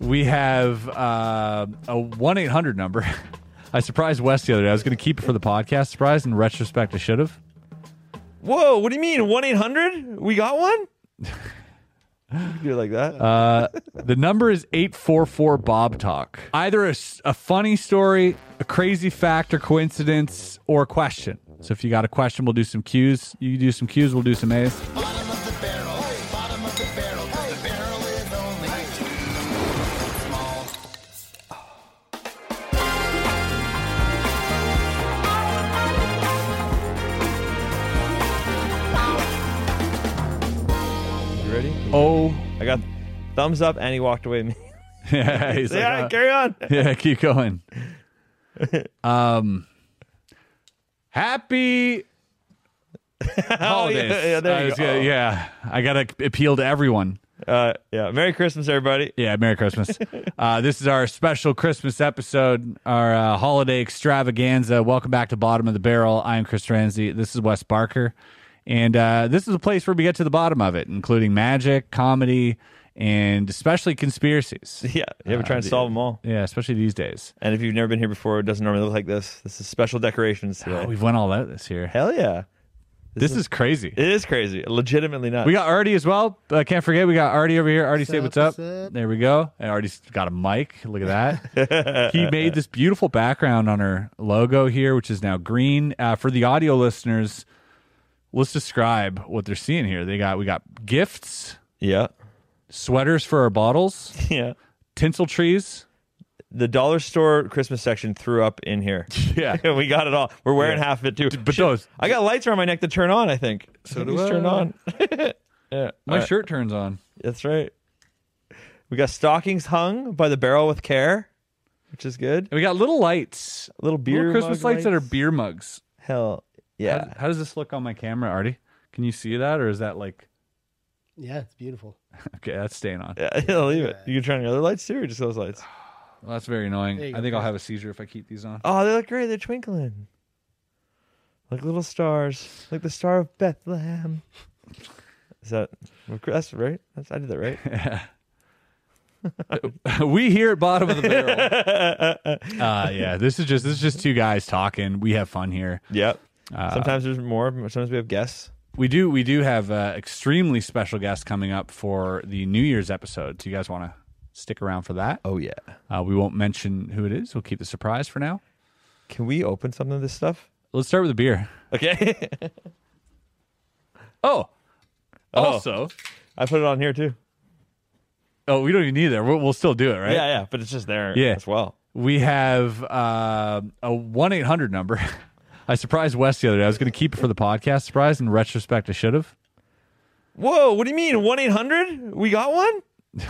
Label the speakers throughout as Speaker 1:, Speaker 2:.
Speaker 1: We have uh, a 1 800 number. I surprised Wes the other day. I was going to keep it for the podcast surprise. In retrospect, I should have.
Speaker 2: Whoa, what do you mean? 1 800? We got one? You do it like that.
Speaker 1: Uh, the number is 844 Bob Talk. Either a, s- a funny story, a crazy fact or coincidence, or a question. So if you got a question, we'll do some cues. You do some cues, we'll do some A's.
Speaker 3: Bottom of the barrel. Bottom of the barrel. The barrel is only small.
Speaker 2: you ready?
Speaker 1: Oh,
Speaker 2: I got thumbs up and he walked away. He's
Speaker 1: yeah. He's
Speaker 2: like,
Speaker 1: like,
Speaker 2: all right,
Speaker 1: uh,
Speaker 2: carry on.
Speaker 1: yeah, keep going. Um, happy holidays.
Speaker 2: Oh, yeah, yeah, there
Speaker 1: I
Speaker 2: you
Speaker 1: was
Speaker 2: go.
Speaker 1: gonna- yeah, I gotta appeal to everyone.
Speaker 2: Uh, yeah. Merry Christmas, everybody.
Speaker 1: Yeah, Merry Christmas. uh, this is our special Christmas episode, our uh, holiday extravaganza. Welcome back to Bottom of the Barrel. I am Chris Ramsey. This is Wes Barker. And uh, this is a place where we get to the bottom of it, including magic, comedy, and especially conspiracies.
Speaker 2: Yeah. Yeah,
Speaker 1: Uh,
Speaker 2: we're trying to solve them all.
Speaker 1: Yeah, especially these days.
Speaker 2: And if you've never been here before, it doesn't normally look like this. This is special decorations today.
Speaker 1: Oh, we've went all out this year.
Speaker 2: Hell yeah.
Speaker 1: This is crazy.
Speaker 2: It is crazy. Legitimately nuts.
Speaker 1: We got Artie as well. I can't forget we got Artie over here. Artie, say what's up.
Speaker 4: What's up?
Speaker 1: There we go. And Artie's got a mic. Look at that. he made this beautiful background on our logo here, which is now green. Uh, for the audio listeners, let's describe what they're seeing here. They got we got gifts,
Speaker 2: yeah.
Speaker 1: sweaters for our bottles,
Speaker 2: Yeah.
Speaker 1: tinsel trees.
Speaker 2: The dollar store Christmas section threw up in here.
Speaker 1: Yeah.
Speaker 2: we got it all. We're wearing
Speaker 1: Yeah.
Speaker 2: half of it too.
Speaker 1: but those-
Speaker 2: I got lights around my neck to turn on. I think. So
Speaker 1: do
Speaker 2: Turn
Speaker 1: I.
Speaker 2: on. yeah,
Speaker 1: My
Speaker 2: all right.
Speaker 1: shirt turns on.
Speaker 2: That's right. We got stockings hung by the barrel with care, which is good.
Speaker 1: And we got little lights.
Speaker 2: Little beer
Speaker 1: little Christmas
Speaker 2: mug
Speaker 1: lights that are
Speaker 2: lights.
Speaker 1: beer mugs.
Speaker 2: Hell
Speaker 1: How-
Speaker 2: yeah.
Speaker 1: how does this look on my camera, Artie? Can you see that or is that like
Speaker 4: Yeah, it's beautiful.
Speaker 1: okay, that's staying on.
Speaker 2: Yeah, yeah, leave it. You can turn on your other lights too, or just those lights.
Speaker 1: Well, that's very annoying.
Speaker 4: There
Speaker 1: I
Speaker 4: you go,
Speaker 1: think I'll
Speaker 4: Chris.
Speaker 1: have a seizure if I keep these on.
Speaker 2: Oh, they look great. They're twinkling, like little stars, like the star of Bethlehem. Is that that's right? That's, I did that right.
Speaker 1: we here at bottom of the barrel. uh, yeah, this is just this is just two guys talking. We have fun here.
Speaker 2: yep. sometimes there's more. Sometimes we have guests.
Speaker 1: We do we do have uh, extremely special guests coming up for the New Year's episode. Do you guys want to stick around for that?
Speaker 2: Oh yeah.
Speaker 1: Uh, we won't mention who it is. We'll keep the surprise for now.
Speaker 2: Can we open some of this stuff?
Speaker 1: Let's start with the beer.
Speaker 2: Okay.
Speaker 1: Oh,
Speaker 2: Oh.
Speaker 1: also,
Speaker 2: I put it on here too.
Speaker 1: oh, we don't even need that. We'll, we'll still do it, right?
Speaker 2: Yeah, yeah, but it's just there
Speaker 1: Yeah.
Speaker 2: as well.
Speaker 1: We have uh, a one eight hundred number. I surprised Wes the other day. I was going to keep it for the podcast surprise. In retrospect, I should have.
Speaker 2: Whoa, what do you mean? 1 800? We got one? you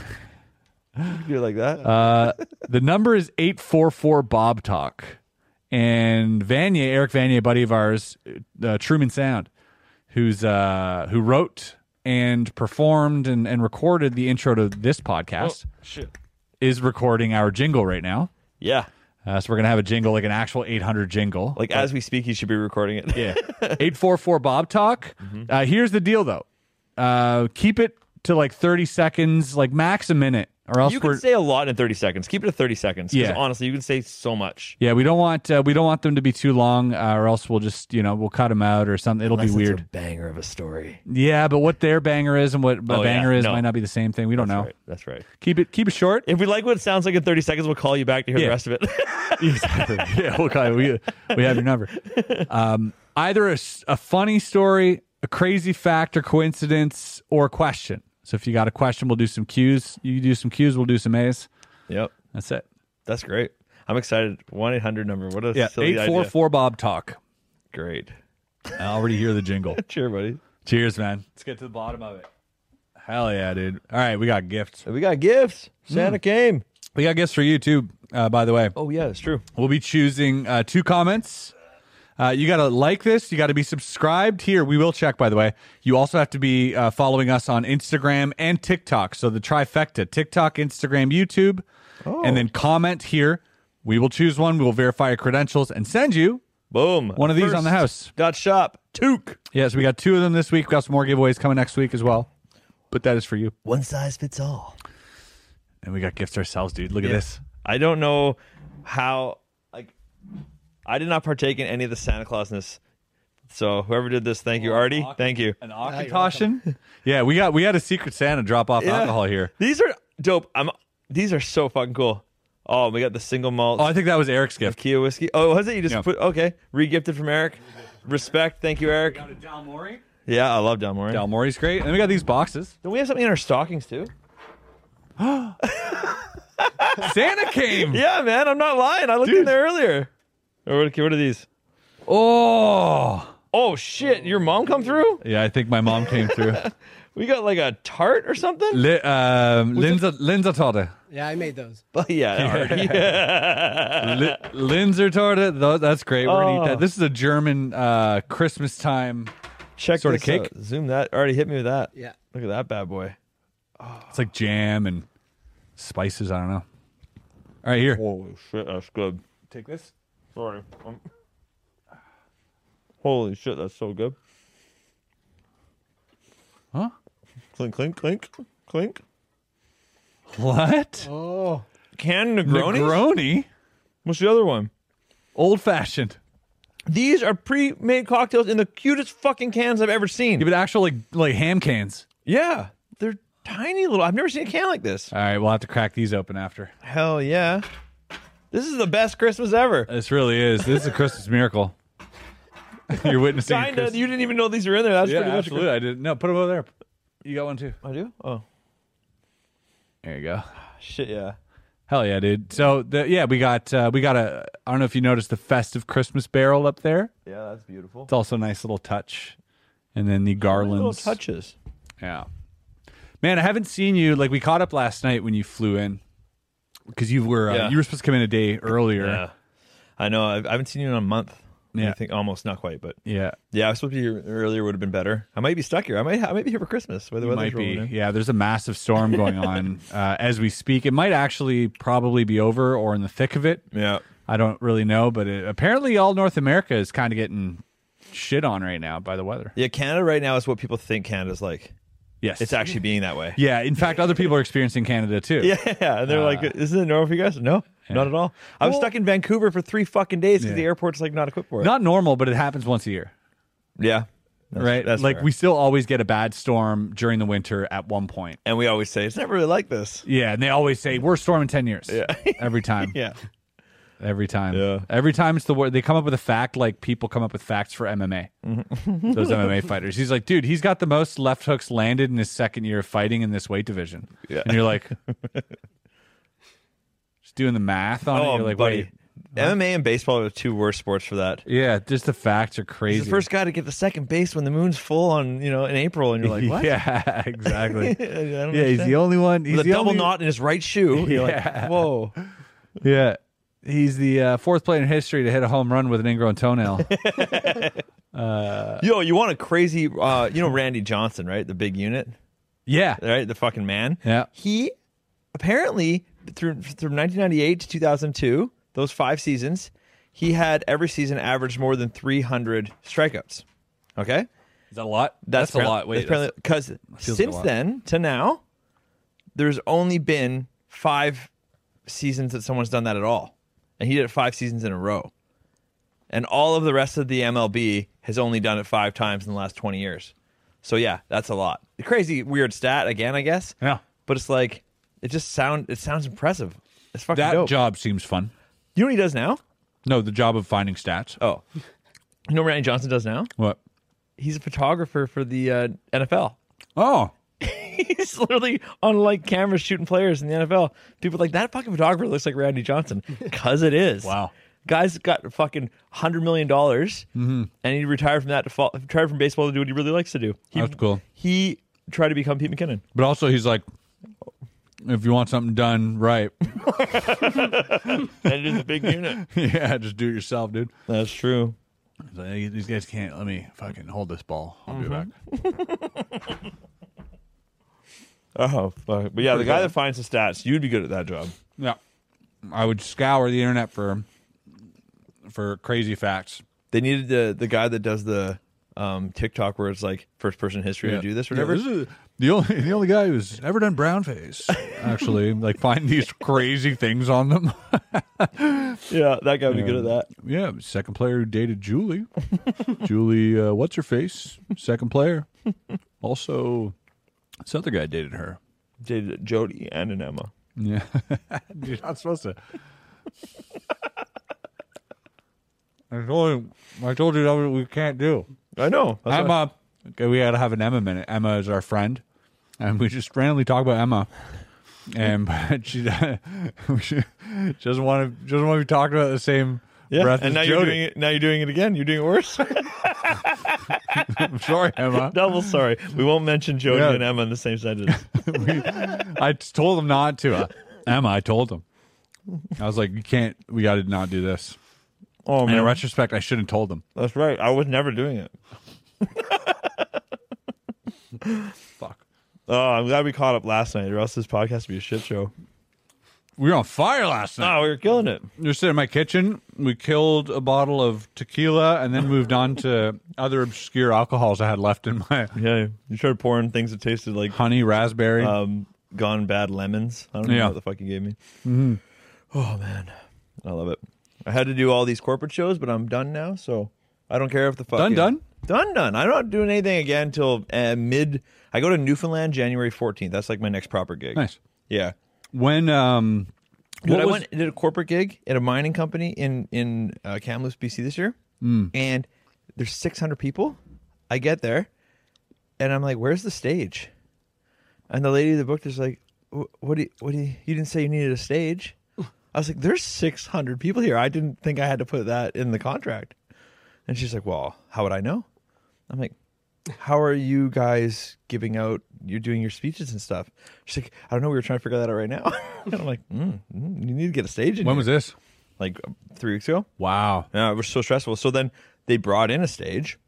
Speaker 2: do it like that.
Speaker 1: Uh, the number is 844 Bob Talk. And Vanier, Eric Vanier, buddy of ours, uh, Truman Sound, who's uh, who wrote and performed and, and recorded the intro to this
Speaker 2: Oh,
Speaker 1: podcast,
Speaker 2: shit.
Speaker 1: is recording our jingle right now.
Speaker 2: Yeah.
Speaker 1: Uh, so we're going to have a jingle, like an actual 800 jingle.
Speaker 2: Like as we speak, he should be recording it.
Speaker 1: yeah. 844 Bob Talk.
Speaker 2: Mm-hmm.
Speaker 1: Uh, here's the deal, though uh, keep it to like 30 seconds, like max a minute, or else
Speaker 2: You
Speaker 1: we're.
Speaker 2: can say a lot in 30 seconds. Keep it to 30 seconds. 'cause
Speaker 1: Yeah.
Speaker 2: honestly, you can say so much.
Speaker 1: Yeah, we don't want uh, we don't want them to be too long, uh, or else we'll just you know we'll cut them out or something. It'll be weird.
Speaker 2: banger of a story.
Speaker 1: yeah, but what their banger is and what a
Speaker 2: Oh, yeah,
Speaker 1: banger is
Speaker 2: no.
Speaker 1: might not be the same thing. We don't know.
Speaker 2: Right, that's right.
Speaker 1: Keep it keep it short.
Speaker 2: If we like what it sounds like in 30 seconds, we'll call you back to hear
Speaker 1: Yeah.
Speaker 2: the rest of it.
Speaker 1: Exactly. yeah, we'll call you. We, we have your number. Um, either a, s- a funny story, a crazy fact or coincidence, or a question. So if you got a question, we'll do some cues. You do some cues, we'll do some A's.
Speaker 2: yep.
Speaker 1: That's it.
Speaker 2: That's great. I'm excited. 1 800 number. What a
Speaker 1: Yeah,
Speaker 2: silly
Speaker 1: eight four
Speaker 2: idea.
Speaker 1: four Bob talk.
Speaker 2: Great.
Speaker 1: I already hear the jingle.
Speaker 2: Cheer, buddy.
Speaker 1: Cheers, man. Let's get to the bottom of it. Hell yeah, dude. All right, we got gifts.
Speaker 2: We got gifts.
Speaker 1: Hmm.
Speaker 2: Santa came.
Speaker 1: We got gifts for you too, uh, by the way.
Speaker 2: Oh, yeah, that's true.
Speaker 1: We'll be choosing uh, two comments. Uh, you got to like this. You got to be subscribed here. We will check, by the way. You also have to be uh, following us on Instagram and TikTok. So the trifecta TikTok, Instagram, YouTube. And then
Speaker 2: Oh.
Speaker 1: comment here. We will choose one. We will verify your credentials and send you.
Speaker 2: Boom.
Speaker 1: One of these on the house.
Speaker 2: Dot shop. Took.
Speaker 1: Yes, we got two of them this week. We got some more giveaways coming next week as well. But that is for you.
Speaker 2: One size fits all.
Speaker 1: And we got gifts ourselves, dude. Look at
Speaker 2: Yeah.
Speaker 1: this.
Speaker 2: I don't know how like I did not partake in any of the Santa Clausness. So whoever did this, thank you, Artie. Thank you.
Speaker 1: An
Speaker 4: you're
Speaker 1: Akintoshin. yeah, we got we had a secret Santa drop off
Speaker 2: Yeah.
Speaker 1: alcohol here.
Speaker 2: These are dope. I'm these are so fucking cool. Oh, we got the single malt
Speaker 1: Oh, I think that was Eric's gift.
Speaker 2: Kia whiskey. Oh, was it? You just
Speaker 1: Yeah.
Speaker 2: put okay. Regifted from Eric. Respect. Thank you, Eric.
Speaker 1: a Dal Mori.
Speaker 2: Yeah, I love Del Monte.
Speaker 1: Dal Mori's great. And then we got these boxes.
Speaker 2: Don't we have something in our stockings too?
Speaker 1: Santa came.
Speaker 2: Yeah, man. I'm not lying. I looked in
Speaker 1: Dude.
Speaker 2: there earlier. Oh, What, what are these?
Speaker 1: Oh.
Speaker 2: Oh shit! Your mom come through?
Speaker 1: Yeah, I think my mom came through.
Speaker 2: We got like a tart or something?
Speaker 1: Li- um, Linzer Linzer Torte.
Speaker 4: Yeah, I made those.
Speaker 2: But yeah, Artie.
Speaker 1: Li- Linzer Torte. Tho- That's great. We're gonna eat
Speaker 2: Oh.
Speaker 1: that. This is a German uh, Christmas time.
Speaker 2: check
Speaker 1: Sorta
Speaker 2: this
Speaker 1: cake.
Speaker 2: out. Zoom that. Already hit me with that.
Speaker 4: Yeah.
Speaker 2: Look at that bad boy.
Speaker 1: It's like jam and spices. I don't know. All right, here.
Speaker 2: Holy shit, that's good.
Speaker 1: Take this.
Speaker 2: Sorry. Holy shit, that's so good.
Speaker 1: Huh?
Speaker 2: Clink, clink, clink, clink.
Speaker 1: What?
Speaker 4: Oh,
Speaker 2: Canned Negroni.
Speaker 1: Negroni.
Speaker 2: What's the other one?
Speaker 1: Old fashioned.
Speaker 2: These are pre-made cocktails in the cutest fucking cans I've ever seen.
Speaker 1: Give it actual like like ham cans.
Speaker 2: Yeah, they're tiny little. I've never seen a can like this.
Speaker 1: All right, we'll have to crack these open after.
Speaker 2: Hell yeah. This is the best Christmas ever.
Speaker 1: This really is. This is a Christmas miracle. You're witnessing. a
Speaker 2: Kinda.
Speaker 1: Christmas-
Speaker 2: You didn't even know these were in there. That's
Speaker 1: yeah,
Speaker 2: pretty much. a
Speaker 1: absolutely. I didn't. No, put them over there. You got one too.
Speaker 2: Christ- I do. Oh
Speaker 1: There you go.
Speaker 2: shit, yeah.
Speaker 1: Hell yeah, dude. So the yeah, we got uh, we got a. I don't know if you noticed the festive Christmas barrel up there.
Speaker 2: Yeah, that's beautiful.
Speaker 1: It's also a nice little touch, and then the
Speaker 2: Little
Speaker 1: garlands.
Speaker 2: touches.
Speaker 1: Yeah. Man, I haven't seen you. Like we caught up last night when you flew in, because you were uh,
Speaker 2: Yeah.
Speaker 1: you were supposed to come in a day earlier.
Speaker 2: Yeah, I know. I've, I haven't seen you in a month.
Speaker 1: Yeah.
Speaker 2: I think almost not quite, but
Speaker 1: Yeah.
Speaker 2: yeah, I was supposed to be here earlier. Would have been better. I might be stuck here. I might. I might be here for Christmas. Where the
Speaker 1: It
Speaker 2: weather's
Speaker 1: might be.
Speaker 2: rolling in.
Speaker 1: Yeah, there's a massive storm going on uh, as we speak. It might actually probably be over or in the thick of it.
Speaker 2: Yeah.
Speaker 1: I don't really know, but it, apparently all North America is kind of getting shit on right now by the weather.
Speaker 2: Yeah. Canada right now is what people think Canada's like.
Speaker 1: Yes,
Speaker 2: It's actually being that way.
Speaker 1: Yeah, in fact, other people are experiencing Canada too.
Speaker 2: Yeah, and they're
Speaker 1: Uh,
Speaker 2: like, "Isn't it normal for you guys?" No, not at all. I was stuck in Vancouver for three fucking days because
Speaker 1: Yeah.
Speaker 2: the airport's like not equipped for it.
Speaker 1: Not normal, but it happens once a year,
Speaker 2: yeah, That's-
Speaker 1: right?
Speaker 2: That's
Speaker 1: like
Speaker 2: fair.
Speaker 1: we still always get a bad storm during the winter at one point.
Speaker 2: and we always say it's never really like this.
Speaker 1: Yeah, and they always say worst storm in ten years.
Speaker 2: Yeah.
Speaker 1: every time.
Speaker 2: Yeah,
Speaker 1: Every time.
Speaker 2: Yeah.
Speaker 1: Every time it's the word. They come up with a fact like people come up with facts for MMA.
Speaker 2: Mm-hmm.
Speaker 1: Those MMA fighters. He's like, dude, he's got the most left hooks landed in his second year of fighting in this weight division.
Speaker 2: Yeah.
Speaker 1: And you're like, just doing the math on it.
Speaker 2: oh,
Speaker 1: You're like,
Speaker 2: buddy,
Speaker 1: wait.
Speaker 2: MMA and baseball are the two worst sports for that.
Speaker 1: Yeah, just the facts are crazy.
Speaker 2: He's the first guy to get the second base when the moon's full on you know in April, and you're like, "What?"
Speaker 1: Yeah, exactly.
Speaker 2: I don't
Speaker 1: yeah, he's
Speaker 2: understand.
Speaker 1: the only one. He's
Speaker 2: with a
Speaker 1: the
Speaker 2: double
Speaker 1: only,
Speaker 2: knot in his right shoe. You're like, whoa.
Speaker 1: Yeah. He's the uh, fourth player in history to hit a home run with an ingrown toenail.
Speaker 2: Yo, you want a crazy, uh, you know, Randy Johnson, right? The big unit,
Speaker 1: yeah.
Speaker 2: right? The fucking man.
Speaker 1: Yeah.
Speaker 2: He apparently, through, through 1998 to 2002, those five seasons, he had every season averaged more than 300 strikeouts. Okay?
Speaker 1: Is that a lot? That's, a
Speaker 2: apparent-
Speaker 1: lot. Wait,
Speaker 2: that's because
Speaker 1: feels like a
Speaker 2: since
Speaker 1: lot.
Speaker 2: then to now, there's only been five seasons that someone's done that at all, and he did it five seasons in a row, and all of the rest of the MLB has only done it five times in the last 20 years. So yeah, that's a lot. The crazy weird stat again, I guess.
Speaker 1: Yeah.
Speaker 2: but it's like it just sound it sounds impressive. It's fucking
Speaker 1: that
Speaker 2: dope.
Speaker 1: job seems fun.
Speaker 2: you know what he does now?
Speaker 1: No, the job of finding stats.
Speaker 2: Oh, you know what Randy Johnson does now?
Speaker 1: What?
Speaker 2: He's a photographer for the uh, NFL.
Speaker 1: Oh,
Speaker 2: He's literally on like cameras shooting players in the NFL. People are like that fucking photographer looks like Randy Johnson because it is.
Speaker 1: Wow.
Speaker 2: Guy's got fucking hundred million dollars, and he retired from that to fall, retired from baseball to do what he really likes to do. He,
Speaker 1: That's cool.
Speaker 2: He tried to become Pete McKinnon.
Speaker 1: but also he's like, if you want something done right,
Speaker 2: And just a big unit.
Speaker 1: yeah, just do it yourself, dude.
Speaker 2: That's true.
Speaker 1: He's like, "Hey, These guys can't let me fucking hold this ball. I'll
Speaker 2: Mm-hmm.
Speaker 1: be back.
Speaker 2: Oh fuck! But yeah, the guy that finds the stats, you'd be good at that job.
Speaker 1: Yeah, I would scour the internet for for crazy facts.
Speaker 2: They needed the the guy that does the um, TikTok where it's like first person history
Speaker 1: Yeah.
Speaker 2: to do this or
Speaker 1: Yeah,
Speaker 2: whatever.
Speaker 1: this is the only the only guy who's ever done brown face. Actually, like find these crazy things on them.
Speaker 2: yeah, that guy would be good at that.
Speaker 1: yeah, second player who dated Julie. Julie, uh, what's her face? Second player. Also, this other guy dated her.
Speaker 2: Did Jody and an Emma.
Speaker 1: Yeah, you're not supposed to. I told you, I told you that we can't do.
Speaker 2: I know. That's why-
Speaker 1: Emma. Okay, we had to have an Emma minute. Emma is our friend, and we just randomly talk about Emma. And but she, she doesn't want to doesn't want to be talked about the same
Speaker 2: yeah.
Speaker 1: breath.
Speaker 2: and
Speaker 1: as
Speaker 2: now
Speaker 1: Jody.
Speaker 2: you're doing it. Now you're doing it again. You're doing it worse.
Speaker 1: I'm sorry, Emma.
Speaker 2: Double sorry. We won't mention Jody
Speaker 1: Yeah.
Speaker 2: and Emma in the same sentence.
Speaker 1: I just told him not to. Uh, Emma, I told him. I was like, you can't. We got to not do this.
Speaker 2: Oh
Speaker 1: And in
Speaker 2: man,
Speaker 1: retrospect, I shouldn't have told him.
Speaker 2: that's right. I was never doing it.
Speaker 1: Fuck.
Speaker 2: Oh, I'm glad we caught up last night, or else this podcast would be a shit show.
Speaker 1: We were on fire last night.
Speaker 2: No, we were killing it.
Speaker 1: You're sitting in my kitchen. We killed a bottle of tequila and then moved on to other obscure alcohols I had left in my
Speaker 2: Yeah, you started pouring things that tasted like
Speaker 1: honey raspberry.
Speaker 2: um, gone bad lemons. I
Speaker 1: Yeah.
Speaker 2: don't
Speaker 1: Mm-hmm.
Speaker 2: know what the fuck you gave me. Oh man, I love it. I had to do all these corporate shows, but I'm done now, so I don't care if the fuck
Speaker 1: Done, done?
Speaker 2: done done. I'm not doing anything again until uh, mid. I go to Newfoundland January 14th. That's like my next proper gig.
Speaker 1: nice.
Speaker 2: Yeah.
Speaker 1: When um,
Speaker 2: Dude,
Speaker 1: what
Speaker 2: I
Speaker 1: was-
Speaker 2: went and did a corporate gig at a mining company in in uh, Kamloops, BC this year,
Speaker 1: Hmm.
Speaker 2: and there's 600 people. I get there, and I'm like, "Where's the stage?" And the lady that booked is like, "Wh- "What do you, what do you, you didn't say you needed a stage?" I was like, "There's 600 people here. I didn't think I had to put that in the contract." And she's like, "Well, how would I know?" I'm like, "How are you guys giving out? You're doing your speeches and stuff." She's like, "I don't know. We were trying to figure that out right now." and I'm like, mm, mm, "You need to get a stage." In
Speaker 1: when
Speaker 2: here."
Speaker 1: was this?
Speaker 2: like um, three weeks ago?
Speaker 1: Wow.
Speaker 2: Yeah, it was so stressful. So then they brought in a stage,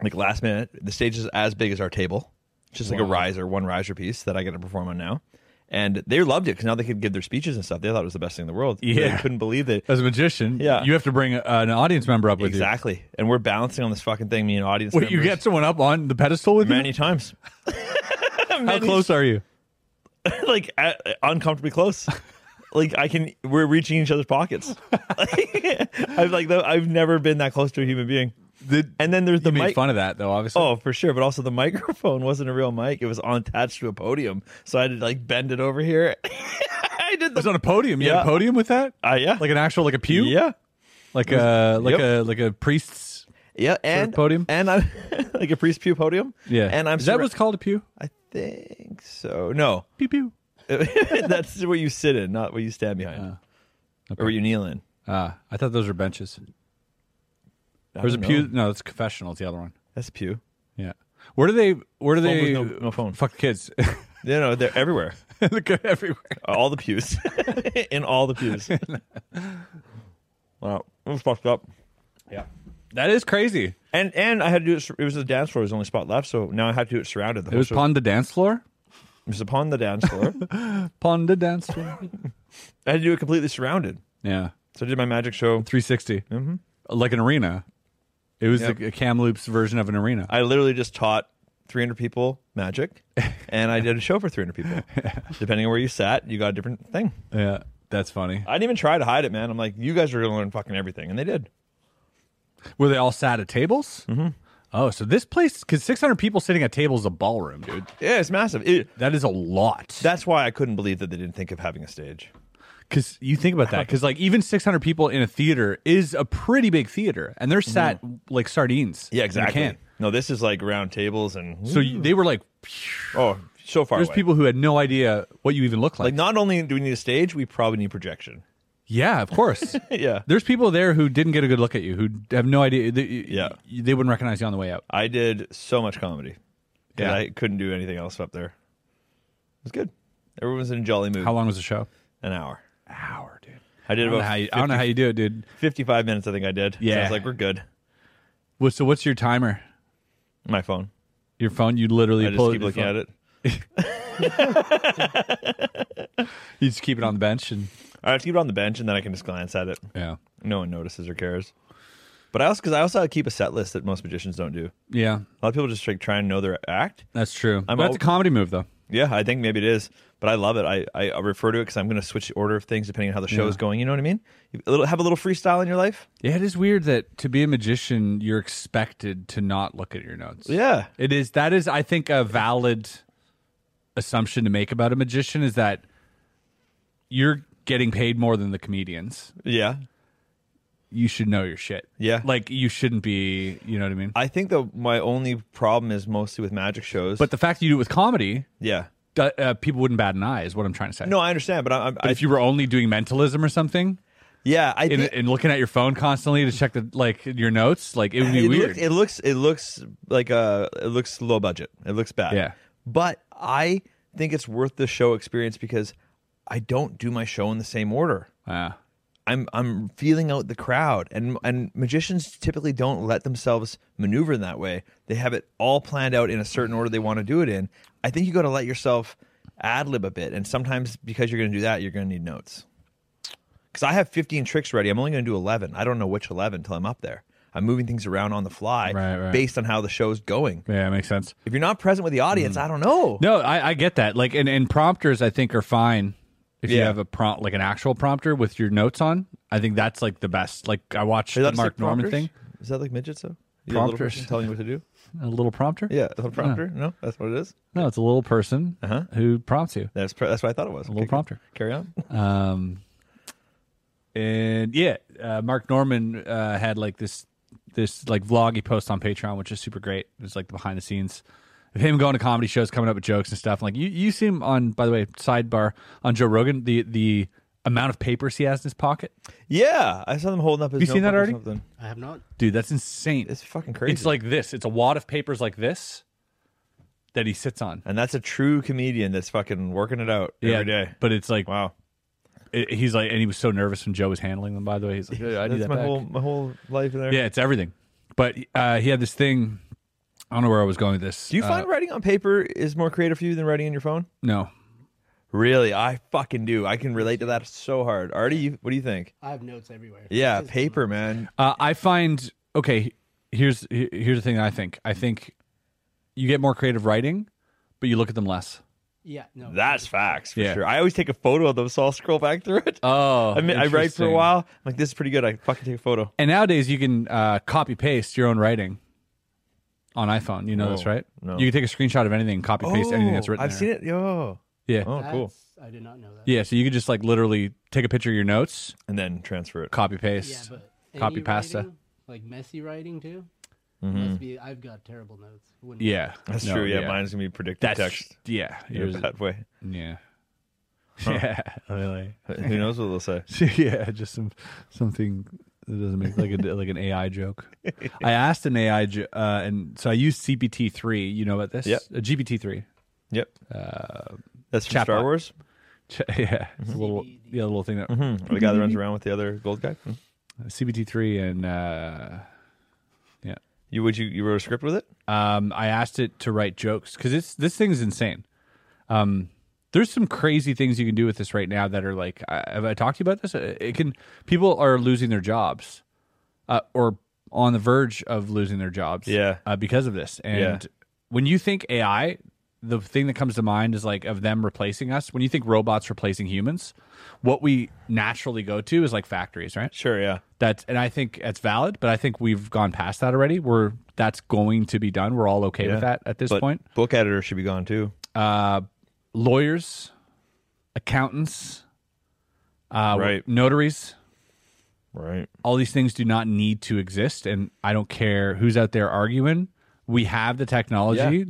Speaker 2: like last minute. The stage is as big as our table, It's just like a riser, one riser piece that I get to perform on now. And they loved it because now they could give their speeches and stuff. They thought it was the best thing in the world.
Speaker 1: Yeah.
Speaker 2: they couldn't believe it.
Speaker 1: As a magician,
Speaker 2: Yeah.
Speaker 1: you have to bring a, an audience member up with
Speaker 2: Exactly. And we're balancing on this fucking thing. Me and audience.
Speaker 1: you. Wait, you
Speaker 2: members.
Speaker 1: get someone up on the pedestal with
Speaker 2: many
Speaker 1: you?
Speaker 2: times.
Speaker 1: How close are you?
Speaker 2: like uh, uncomfortably close. Like I can, we're reaching each other's pockets. I've like, though, I've never been that close to a human being.
Speaker 1: Did-
Speaker 2: and then there's the
Speaker 1: you made
Speaker 2: mic.
Speaker 1: fun of that though, obviously.
Speaker 2: Oh, for sure. But also the microphone wasn't a real mic; it was on attached to a podium, so I had to like bend it over here. I did
Speaker 1: it was
Speaker 2: the
Speaker 1: on a podium. You had
Speaker 2: Yeah.
Speaker 1: a podium with that,
Speaker 2: uh, yeah,
Speaker 1: like an actual, like a pew,
Speaker 2: yeah,
Speaker 1: like a like
Speaker 2: Yep.
Speaker 1: a like a priest's.
Speaker 2: yeah, and
Speaker 1: podium?
Speaker 2: and I like a priest pew podium.
Speaker 1: Yeah,
Speaker 2: and I'm
Speaker 1: is that
Speaker 2: surra-
Speaker 1: what's called a pew?
Speaker 2: I think so. No,
Speaker 1: Pew pew.
Speaker 2: that's where you sit in, not where you stand
Speaker 1: Uh,
Speaker 2: behind, or where you kneel in.
Speaker 1: Ah, I thought those were benches.
Speaker 2: I
Speaker 1: There's a
Speaker 2: don't
Speaker 1: pew.
Speaker 2: know.
Speaker 1: No, that's confessional. It's the other one.
Speaker 2: That's pew.
Speaker 1: Yeah. Where do they? Where do
Speaker 2: Phone
Speaker 1: they?
Speaker 2: with no, no phone.
Speaker 1: Fuck kids.
Speaker 2: You know, they're everywhere.
Speaker 1: they go everywhere.
Speaker 2: all the pews. in all the pews. wow. It was fucked up.
Speaker 1: Yeah, that is crazy.
Speaker 2: And and I had to do it. sur- It was a dance floor. It was the only spot left, so now I have to do it surrounded. The
Speaker 1: It was
Speaker 2: show-
Speaker 1: upon the dance floor.
Speaker 2: it was upon the dance floor.
Speaker 1: Upon the dance floor.
Speaker 2: I had to do it completely surrounded.
Speaker 1: yeah,
Speaker 2: So I did my magic show.
Speaker 1: 360, mm-hmm. like an arena. It was
Speaker 2: Yep.
Speaker 1: a, a Kamloops version of an arena.
Speaker 2: I literally just taught 300 people magic, and I did a show for 300 people. Depending on where you sat, you got a different thing.
Speaker 1: yeah, that's funny.
Speaker 2: I didn't even try to hide it, man. I'm like, you guys are gonna learn fucking everything, and they did.
Speaker 1: Were they all sat at tables? Mm-hmm. Oh, so this place because 600 people sitting at tables is a ballroom, dude.
Speaker 2: Yeah, it's massive. It,
Speaker 1: That is a lot.
Speaker 2: that's why I couldn't believe that they didn't think of having a stage.
Speaker 1: Because you think about that, because like even 600 people in a theater is a pretty big theater, and they're sat like sardines.
Speaker 2: Mm-hmm. Yeah,
Speaker 1: in a
Speaker 2: exactly.
Speaker 1: can.
Speaker 2: No, this is like round tables and
Speaker 1: So you, they were like,
Speaker 2: oh, so far
Speaker 1: there's
Speaker 2: away.
Speaker 1: people who had no idea what you even look like.
Speaker 2: like not only do we need a stage, we probably need projection.
Speaker 1: yeah, of course.
Speaker 2: Yeah.
Speaker 1: There's people there who didn't get a good look at you, who have no idea. They,
Speaker 2: Yeah.
Speaker 1: they wouldn't recognize you on the way out.
Speaker 2: I did so much comedy. Yeah.
Speaker 1: Yeah.
Speaker 2: I couldn't do anything else up there. It was good. Everyone was in a jolly mood.
Speaker 1: How long was the show?
Speaker 2: An hour.
Speaker 1: Hour, dude.
Speaker 2: I
Speaker 1: I
Speaker 2: did
Speaker 1: don't, know
Speaker 2: about
Speaker 1: how you,
Speaker 2: 50,
Speaker 1: I don't know how you do it, dude.
Speaker 2: 55 minutes, I think I did. So I
Speaker 1: Yeah.
Speaker 2: was like, we're good.
Speaker 1: Well, so what's your timer?
Speaker 2: My phone.
Speaker 1: Your phone? You literally
Speaker 2: I just
Speaker 1: pull
Speaker 2: keep
Speaker 1: your
Speaker 2: looking
Speaker 1: phone-
Speaker 2: at it.
Speaker 1: You just keep it on the bench and
Speaker 2: I have to keep it on the bench and then I can just glance at it.
Speaker 1: yeah.
Speaker 2: No one notices or cares. But I also because I also keep a set list that most magicians don't do.
Speaker 1: Yeah,
Speaker 2: A lot of people just like try and know their act.
Speaker 1: that's true.
Speaker 2: I'm
Speaker 1: But that's
Speaker 2: al-
Speaker 1: a comedy move, though.
Speaker 2: Yeah, I think maybe it is, but I love it. I, I, I refer to it because I'm going to switch the order of things depending on how the show is going. You know what I mean? A little, have a little freestyle in your life.
Speaker 1: Yeah, it is weird that to be a magician, you're expected to not look at your notes.
Speaker 2: Yeah,
Speaker 1: It is that is I think a valid assumption to make about a magician is that you're getting paid more than the comedians.
Speaker 2: yeah.
Speaker 1: You should know your shit.
Speaker 2: Yeah.
Speaker 1: Like you shouldn't be, you know what I mean?
Speaker 2: I think though my only problem is mostly with magic shows.
Speaker 1: but the fact that you do it with comedy,
Speaker 2: yeah,
Speaker 1: do- uh, people wouldn't bat an eye is what I'm trying to say.
Speaker 2: no, I understand. But I'm,
Speaker 1: But
Speaker 2: I,
Speaker 1: if you were only doing mentalism or something
Speaker 2: yeah, I
Speaker 1: and,
Speaker 2: think
Speaker 1: and looking at your phone constantly to check the like your notes, like it would be
Speaker 2: it
Speaker 1: weird.
Speaker 2: Looks, it looks it looks like a it looks low budget. It looks bad.
Speaker 1: Yeah.
Speaker 2: But I think it's worth the show experience because I don't do my show in the same order.
Speaker 1: Yeah.
Speaker 2: I'm I'm feeling out the crowd, and and magicians typically don't let themselves maneuver in that way. They have it all planned out in a certain order they want to do it in. I think you got to let yourself ad lib a bit, and sometimes because you're going to do that, you're going to need notes. Because I have 15 tricks ready, I'm only going to do 11. I don't know which 11 until I'm up there. I'm moving things around on the fly
Speaker 1: Right, right.
Speaker 2: based on how the show's going.
Speaker 1: yeah, it makes sense.
Speaker 2: If you're not present with the audience, I don't know.
Speaker 1: Mm. No, I, I get that. Like, and, and prompters, I think, are fine if you
Speaker 2: Yeah.
Speaker 1: have a prompt, like an actual prompter with your notes on. I think that's like the best. Like, I watched
Speaker 2: Is
Speaker 1: the
Speaker 2: that just
Speaker 1: Mark
Speaker 2: like
Speaker 1: Norman
Speaker 2: prompters?
Speaker 1: thing,
Speaker 2: Is that like midgets though? You got a little
Speaker 1: Prompters.
Speaker 2: person telling you what to do.
Speaker 1: a little prompter.
Speaker 2: Yeah, a prompter. No, that's what it is.
Speaker 1: No, it's a little person
Speaker 2: Uh-huh.
Speaker 1: who prompts you.
Speaker 2: That's pr- that's what I thought it was. A
Speaker 1: little prompter.
Speaker 2: Carry on.
Speaker 1: Um, and yeah, uh, Mark Norman uh, had like this this like vlog he posts on Patreon, which is super great. It's like the behind the scenes of him going to comedy shows, coming up with jokes and stuff. Like you, you see him on. By the way, sidebar on Joe Rogan, the the amount of papers he has in his pocket,
Speaker 2: Yeah, I saw them holding up. His
Speaker 1: You seen that
Speaker 2: notebook or
Speaker 1: already?
Speaker 2: something.
Speaker 4: I have not.
Speaker 1: dude, that's insane.
Speaker 2: It's fucking crazy.
Speaker 1: It's like this. It's a wad of papers like this that he sits on
Speaker 2: and that's a true comedian that's fucking working it out every day.
Speaker 1: But it's like
Speaker 2: Wow,
Speaker 1: it- he's like, and he was so nervous when Joe was handling them. By the way, he's like, "Yeah, I need
Speaker 2: that's
Speaker 1: that
Speaker 2: my
Speaker 1: back."
Speaker 2: whole my whole life in there.
Speaker 1: Yeah, it's everything. But uh, he had this thing. I don't know where I was going with this. Uh,
Speaker 2: Do you find writing on paper is more creative for you than writing on your phone?
Speaker 1: no?
Speaker 2: Really, I fucking do. I can relate to that so hard. Artie, you, what do you think?
Speaker 4: I have notes everywhere.
Speaker 2: Yeah,
Speaker 4: It's-
Speaker 2: paper, man.
Speaker 1: Uh, I find okay. Here's he- here's the thing. I think I think you get more creative writing, but you look at them less.
Speaker 4: Yeah, no.
Speaker 2: That's facts for
Speaker 1: Yeah.
Speaker 2: sure. I always take a photo of them, so I'll scroll back through it.
Speaker 1: Oh,
Speaker 2: I mean, I write for a while. I'm like, this is pretty good. I fucking take a photo.
Speaker 1: And nowadays, you can uh, copy paste your own writing on iPhone. You know this,
Speaker 2: Whoa,
Speaker 1: right?
Speaker 2: no.
Speaker 1: You can take a screenshot of anything, and copy paste anything that's
Speaker 2: Oh,
Speaker 1: written.
Speaker 2: I've
Speaker 1: there.
Speaker 2: seen it. Yo.
Speaker 1: Yeah,
Speaker 2: Oh, cool.
Speaker 4: that's- I did not know that.
Speaker 1: yeah. So you could just like literally take a picture of your notes,
Speaker 2: And then transfer it.
Speaker 1: copy
Speaker 4: Yeah,
Speaker 1: paste.
Speaker 4: but
Speaker 1: Copy
Speaker 4: any
Speaker 1: pasta. Mm-hmm.
Speaker 4: writing, like messy writing too. Must be. I've got terrible notes. Wouldn't-
Speaker 1: Yeah,
Speaker 2: That's
Speaker 1: No,
Speaker 2: true. Yeah, mine's gonna be predictive
Speaker 1: That's
Speaker 2: text
Speaker 1: yeah.
Speaker 2: in
Speaker 1: Yours-
Speaker 2: a bad way.
Speaker 1: Yeah. Yeah, really.
Speaker 2: Who knows what they'll say?
Speaker 1: yeah, just some something that doesn't make like a like an AI joke. I asked an AI, jo- uh, and so I used CPT three. You know about this?
Speaker 2: Yep.
Speaker 1: uh, GPT three.
Speaker 2: Yep. Uh, That's from
Speaker 1: chatbot.
Speaker 2: Star Wars.
Speaker 1: Ch- yeah, it's a little yeah, a little thing that
Speaker 2: Or the guy that runs around with the other gold guy. Hmm.
Speaker 1: CPT three and uh, yeah.
Speaker 2: You would you you wrote a script with it?
Speaker 1: Um, I asked it to write jokes because it's this thing's insane. Um, there's some crazy things you can do with this right now that are like, I, have I talked to you about this? Uh, It can people are losing their jobs, uh, or on the verge of losing their jobs,
Speaker 2: Yeah.
Speaker 1: uh, because of this. And
Speaker 2: Yeah.
Speaker 1: when you think AI, the thing that comes to mind is like of them replacing us. When you think robots replacing humans, what we naturally go to is like factories, right?
Speaker 2: Sure. Yeah.
Speaker 1: That's and I think that's valid, but I think we've gone past that already. We're that's going to be done. We're all okay
Speaker 2: Yeah.
Speaker 1: with that at this
Speaker 2: But
Speaker 1: point.
Speaker 2: book editor should be gone too.
Speaker 1: Uh, lawyers, accountants, uh,
Speaker 2: Right.
Speaker 1: notaries,
Speaker 2: Right.
Speaker 1: all these things do not need to exist, and I don't care who's out there arguing. We have the technology
Speaker 2: Yeah.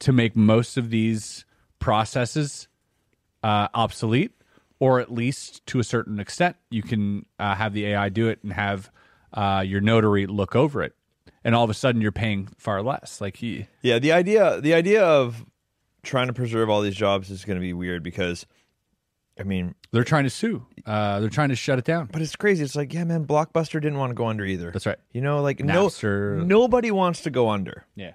Speaker 1: to make most of these processes uh, obsolete, or at least to a certain extent, you can uh, have the AI do it and have uh, your notary look over it, and all of a sudden you're paying far less. Like he,
Speaker 2: Yeah. The idea the idea of trying to preserve all these jobs is going to be weird because, I mean,
Speaker 1: they're trying to sue, uh, they're trying to shut it down.
Speaker 2: but it's crazy. It's like, yeah, man, Blockbuster didn't want to go under either.
Speaker 1: That's right.
Speaker 2: You know, like
Speaker 1: Napster.
Speaker 2: no nobody wants to go under.
Speaker 1: Yeah,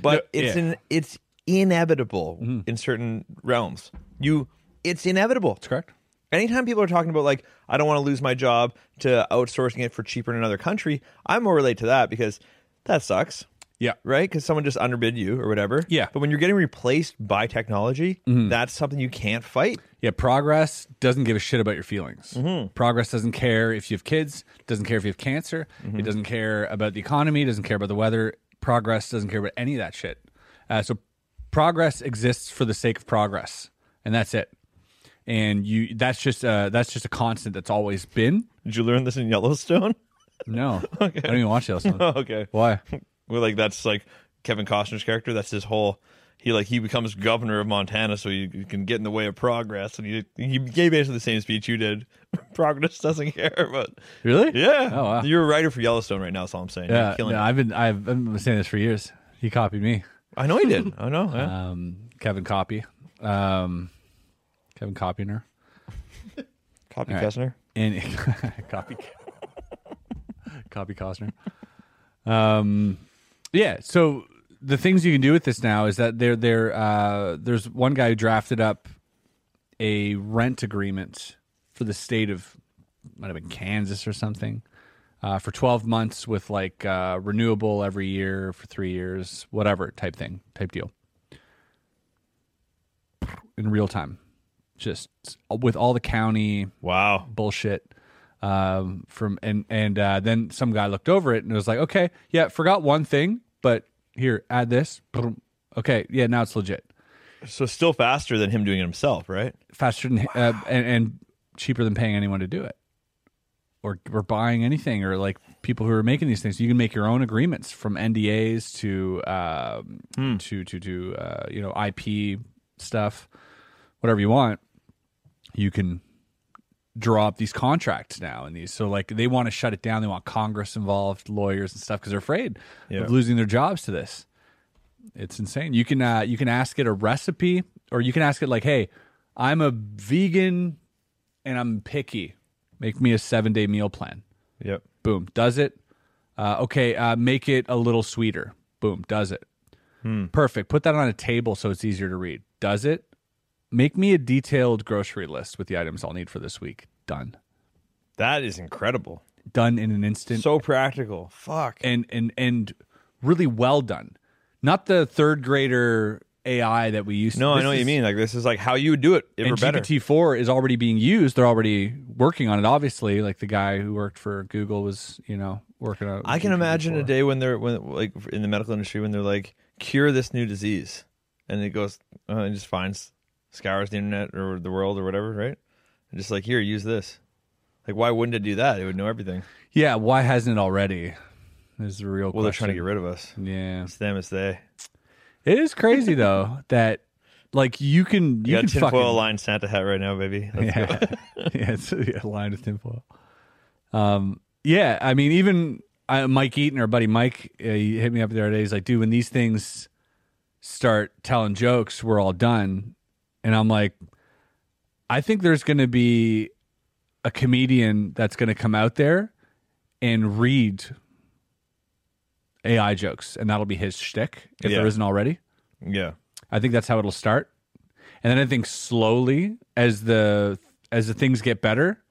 Speaker 2: but
Speaker 1: No,
Speaker 2: it's
Speaker 1: yeah. Mm-hmm.
Speaker 2: in, it's inevitable in certain realms. You, it's inevitable. That's
Speaker 1: correct.
Speaker 2: Anytime people are talking about like I don't want to lose my job to outsourcing it for cheaper in another country, I more relate to that because that sucks,
Speaker 1: Yeah.
Speaker 2: right? Because someone just underbid you or whatever.
Speaker 1: Yeah. Mm-hmm.
Speaker 2: But when you're getting replaced by technology, that's something you can't fight.
Speaker 1: Yeah, progress doesn't give a shit about your feelings.
Speaker 2: Mm-hmm.
Speaker 1: Progress doesn't care if you have kids, doesn't care if you have cancer,
Speaker 2: Mm-hmm.
Speaker 1: it doesn't care about the economy, doesn't care about the weather. Progress doesn't care about any of that shit. Uh, so progress exists for the sake of progress, and that's it. And you that's just uh, that's just a constant that's always been.
Speaker 2: Did you learn this in Yellowstone?
Speaker 1: No, I don't even watch those.
Speaker 2: Oh, okay.
Speaker 1: Why?
Speaker 2: Well, like that's like Kevin Costner's character. That's his whole. He like he becomes governor of Montana, so he can get in the way of progress. And he he gave basically the same speech you did. Progress doesn't care, but
Speaker 1: Really?
Speaker 2: yeah,
Speaker 1: Oh wow.
Speaker 2: you're a writer for Yellowstone right now. That's all I'm saying.
Speaker 1: yeah,
Speaker 2: You're killing
Speaker 1: no,
Speaker 2: it.
Speaker 1: I've been I've been saying this for years. He copied me.
Speaker 2: I know he did. I know. yeah.
Speaker 1: Um, Kevin copy. Um, Kevin copying her.
Speaker 2: Copy
Speaker 1: all right.
Speaker 2: Kessner.
Speaker 1: and copy copy Costner. Um, yeah. So the things you can do with this now is that there there uh, there's one guy who drafted up a rent agreement for the state of might have been Kansas or something uh, for 12 months with like uh, renewable every year for three years, whatever type thing, type deal in real time, just with all the county
Speaker 2: Wow.
Speaker 1: bullshit um, from and and uh, then some guy looked over it and was like, okay, yeah, forgot one thing, but here, add this. Boom. Okay, yeah, now it's legit,
Speaker 2: So still faster than him doing it himself, right?
Speaker 1: faster than uh, and, and cheaper than paying anyone to do it, or or buying anything, or like people who are making these things. You can make your own agreements from NDAs to um, to to to uh, you know IP stuff, whatever you want. You can draw up these contracts now and these so like they want to shut it down they want congress involved lawyers and stuff because they're afraid
Speaker 2: Yeah.
Speaker 1: of losing their jobs to this it's insane you can uh, you can ask it a recipe or you can ask it like hey i'm a vegan and i'm picky make me a seven day meal plan
Speaker 2: Yep.
Speaker 1: boom does it uh, okay uh, make it a little sweeter boom does it
Speaker 2: Hmm.
Speaker 1: perfect put that on a table so it's easier to read does it make me a detailed grocery list with the items i'll need for this week done
Speaker 2: That is incredible.
Speaker 1: done in an instant
Speaker 2: So practical. Fuck.
Speaker 1: and and and really well done not the third grader ai that we used to
Speaker 2: No, I
Speaker 1: this
Speaker 2: know what you
Speaker 1: is-
Speaker 2: mean. Like this is like how you would do it if or
Speaker 1: and
Speaker 2: better.
Speaker 1: GPT-4 is already being used. They're already working on it. Obviously, like the guy who worked for Google was, you know, working on.
Speaker 2: I can
Speaker 1: GPT-4.
Speaker 2: imagine a day when they're when like in the medical industry when they're like cure this new disease, and it goes uh, and just finds scours the internet or the world or whatever, right? And just like here, use this. Like, why wouldn't it do that? It would know everything.
Speaker 1: Yeah, why hasn't it already? Is the real
Speaker 2: Well, they're
Speaker 1: question.
Speaker 2: trying to get rid of us.
Speaker 1: Yeah,
Speaker 2: It's them. It's they.
Speaker 1: it is crazy though that like you can
Speaker 2: You,
Speaker 1: you,
Speaker 2: got a
Speaker 1: can
Speaker 2: tinfoil
Speaker 1: fucking
Speaker 2: lined Santa hat right now, baby. Let's go.
Speaker 1: yeah, yeah, it's yeah, lined with tinfoil. Um, yeah, I mean, even uh, Mike Eaton, our buddy Mike, uh, he hit me up the other day. He's like, "Dude, when these things start telling jokes, we're all done." And I'm like, I think there's going to be a comedian that's going to come out there and read AI jokes, and that'll be his shtick if
Speaker 2: Yeah.
Speaker 1: there isn't already.
Speaker 2: yeah.
Speaker 1: I think that's how it'll start. And then I think slowly as the as the things get better,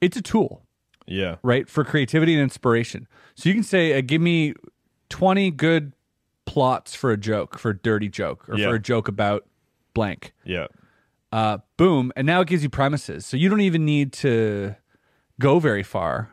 Speaker 1: it's a tool,
Speaker 2: Yeah.
Speaker 1: right? For creativity and inspiration. So you can say, uh, give me 20 good plots for a joke, for a dirty joke or
Speaker 2: Yeah.
Speaker 1: for a joke about blank.
Speaker 2: Yeah.
Speaker 1: Uh, boom, and now it gives you premises. So you don't even need to go very far.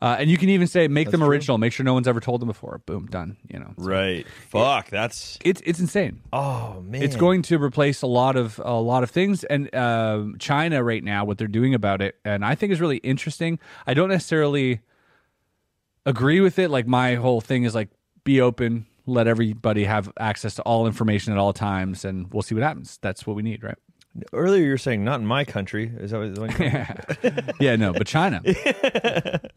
Speaker 1: Uh, and you can even say make them original, make sure no one's ever told them before. Boom, done, you know.
Speaker 2: Right. Fuck. That's
Speaker 1: It's it's insane.
Speaker 2: oh man.
Speaker 1: It's going to replace a lot of a lot of things, and um China right now, what they're doing about it, and I think is really interesting. I don't necessarily agree with it. Like my whole thing is like be open, let everybody have access to all information at all times, and we'll see what happens. That's what we need, right?
Speaker 2: Earlier, you were saying not in my country. Is that what? is that what you-
Speaker 1: yeah, no, but China.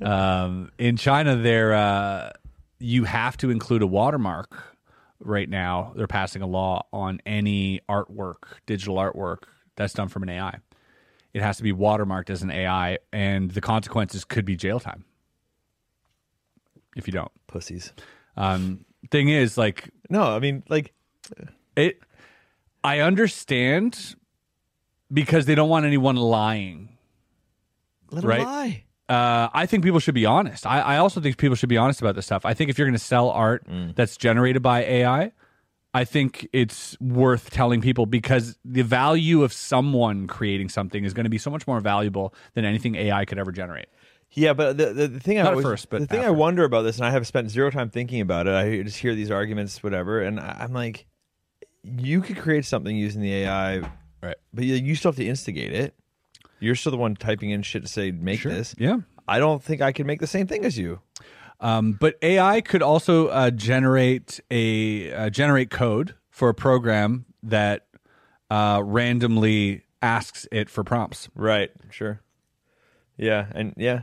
Speaker 1: um, in China, they're uh, you have to include a watermark. Right now, they're passing a law on any artwork, digital artwork that's done from an AI. It has to be watermarked as an AI, and the consequences could be jail time if you don't.
Speaker 2: Pussies.
Speaker 1: Um, thing is, like
Speaker 2: No, I mean like
Speaker 1: it i understand because they don't want anyone lying.
Speaker 2: Let
Speaker 1: Right.
Speaker 2: him lie.
Speaker 1: uh, I think people should be honest. I, I also think people should be honest about this stuff. I think if you're going to sell art
Speaker 2: Mm.
Speaker 1: that's generated by AI, I think it's worth telling people because the value of someone creating something is going to be so much more valuable than anything AI could ever generate.
Speaker 2: Yeah, but the the, the thing I
Speaker 1: Not at
Speaker 2: always,
Speaker 1: first, but
Speaker 2: the thing I
Speaker 1: after.
Speaker 2: wonder about this, and I have spent zero time thinking about it. I just hear these arguments, whatever, and I, I'm like, you could create something using the AI,
Speaker 1: Right.
Speaker 2: But you, you still have to instigate it. You're still the one typing in shit to say make this.
Speaker 1: Yeah.
Speaker 2: I don't think I can make the same thing as you.
Speaker 1: Um, but AI could also uh, generate a uh, generate code for a program that uh, randomly asks it for prompts,
Speaker 2: Right. Sure. Yeah, and yeah,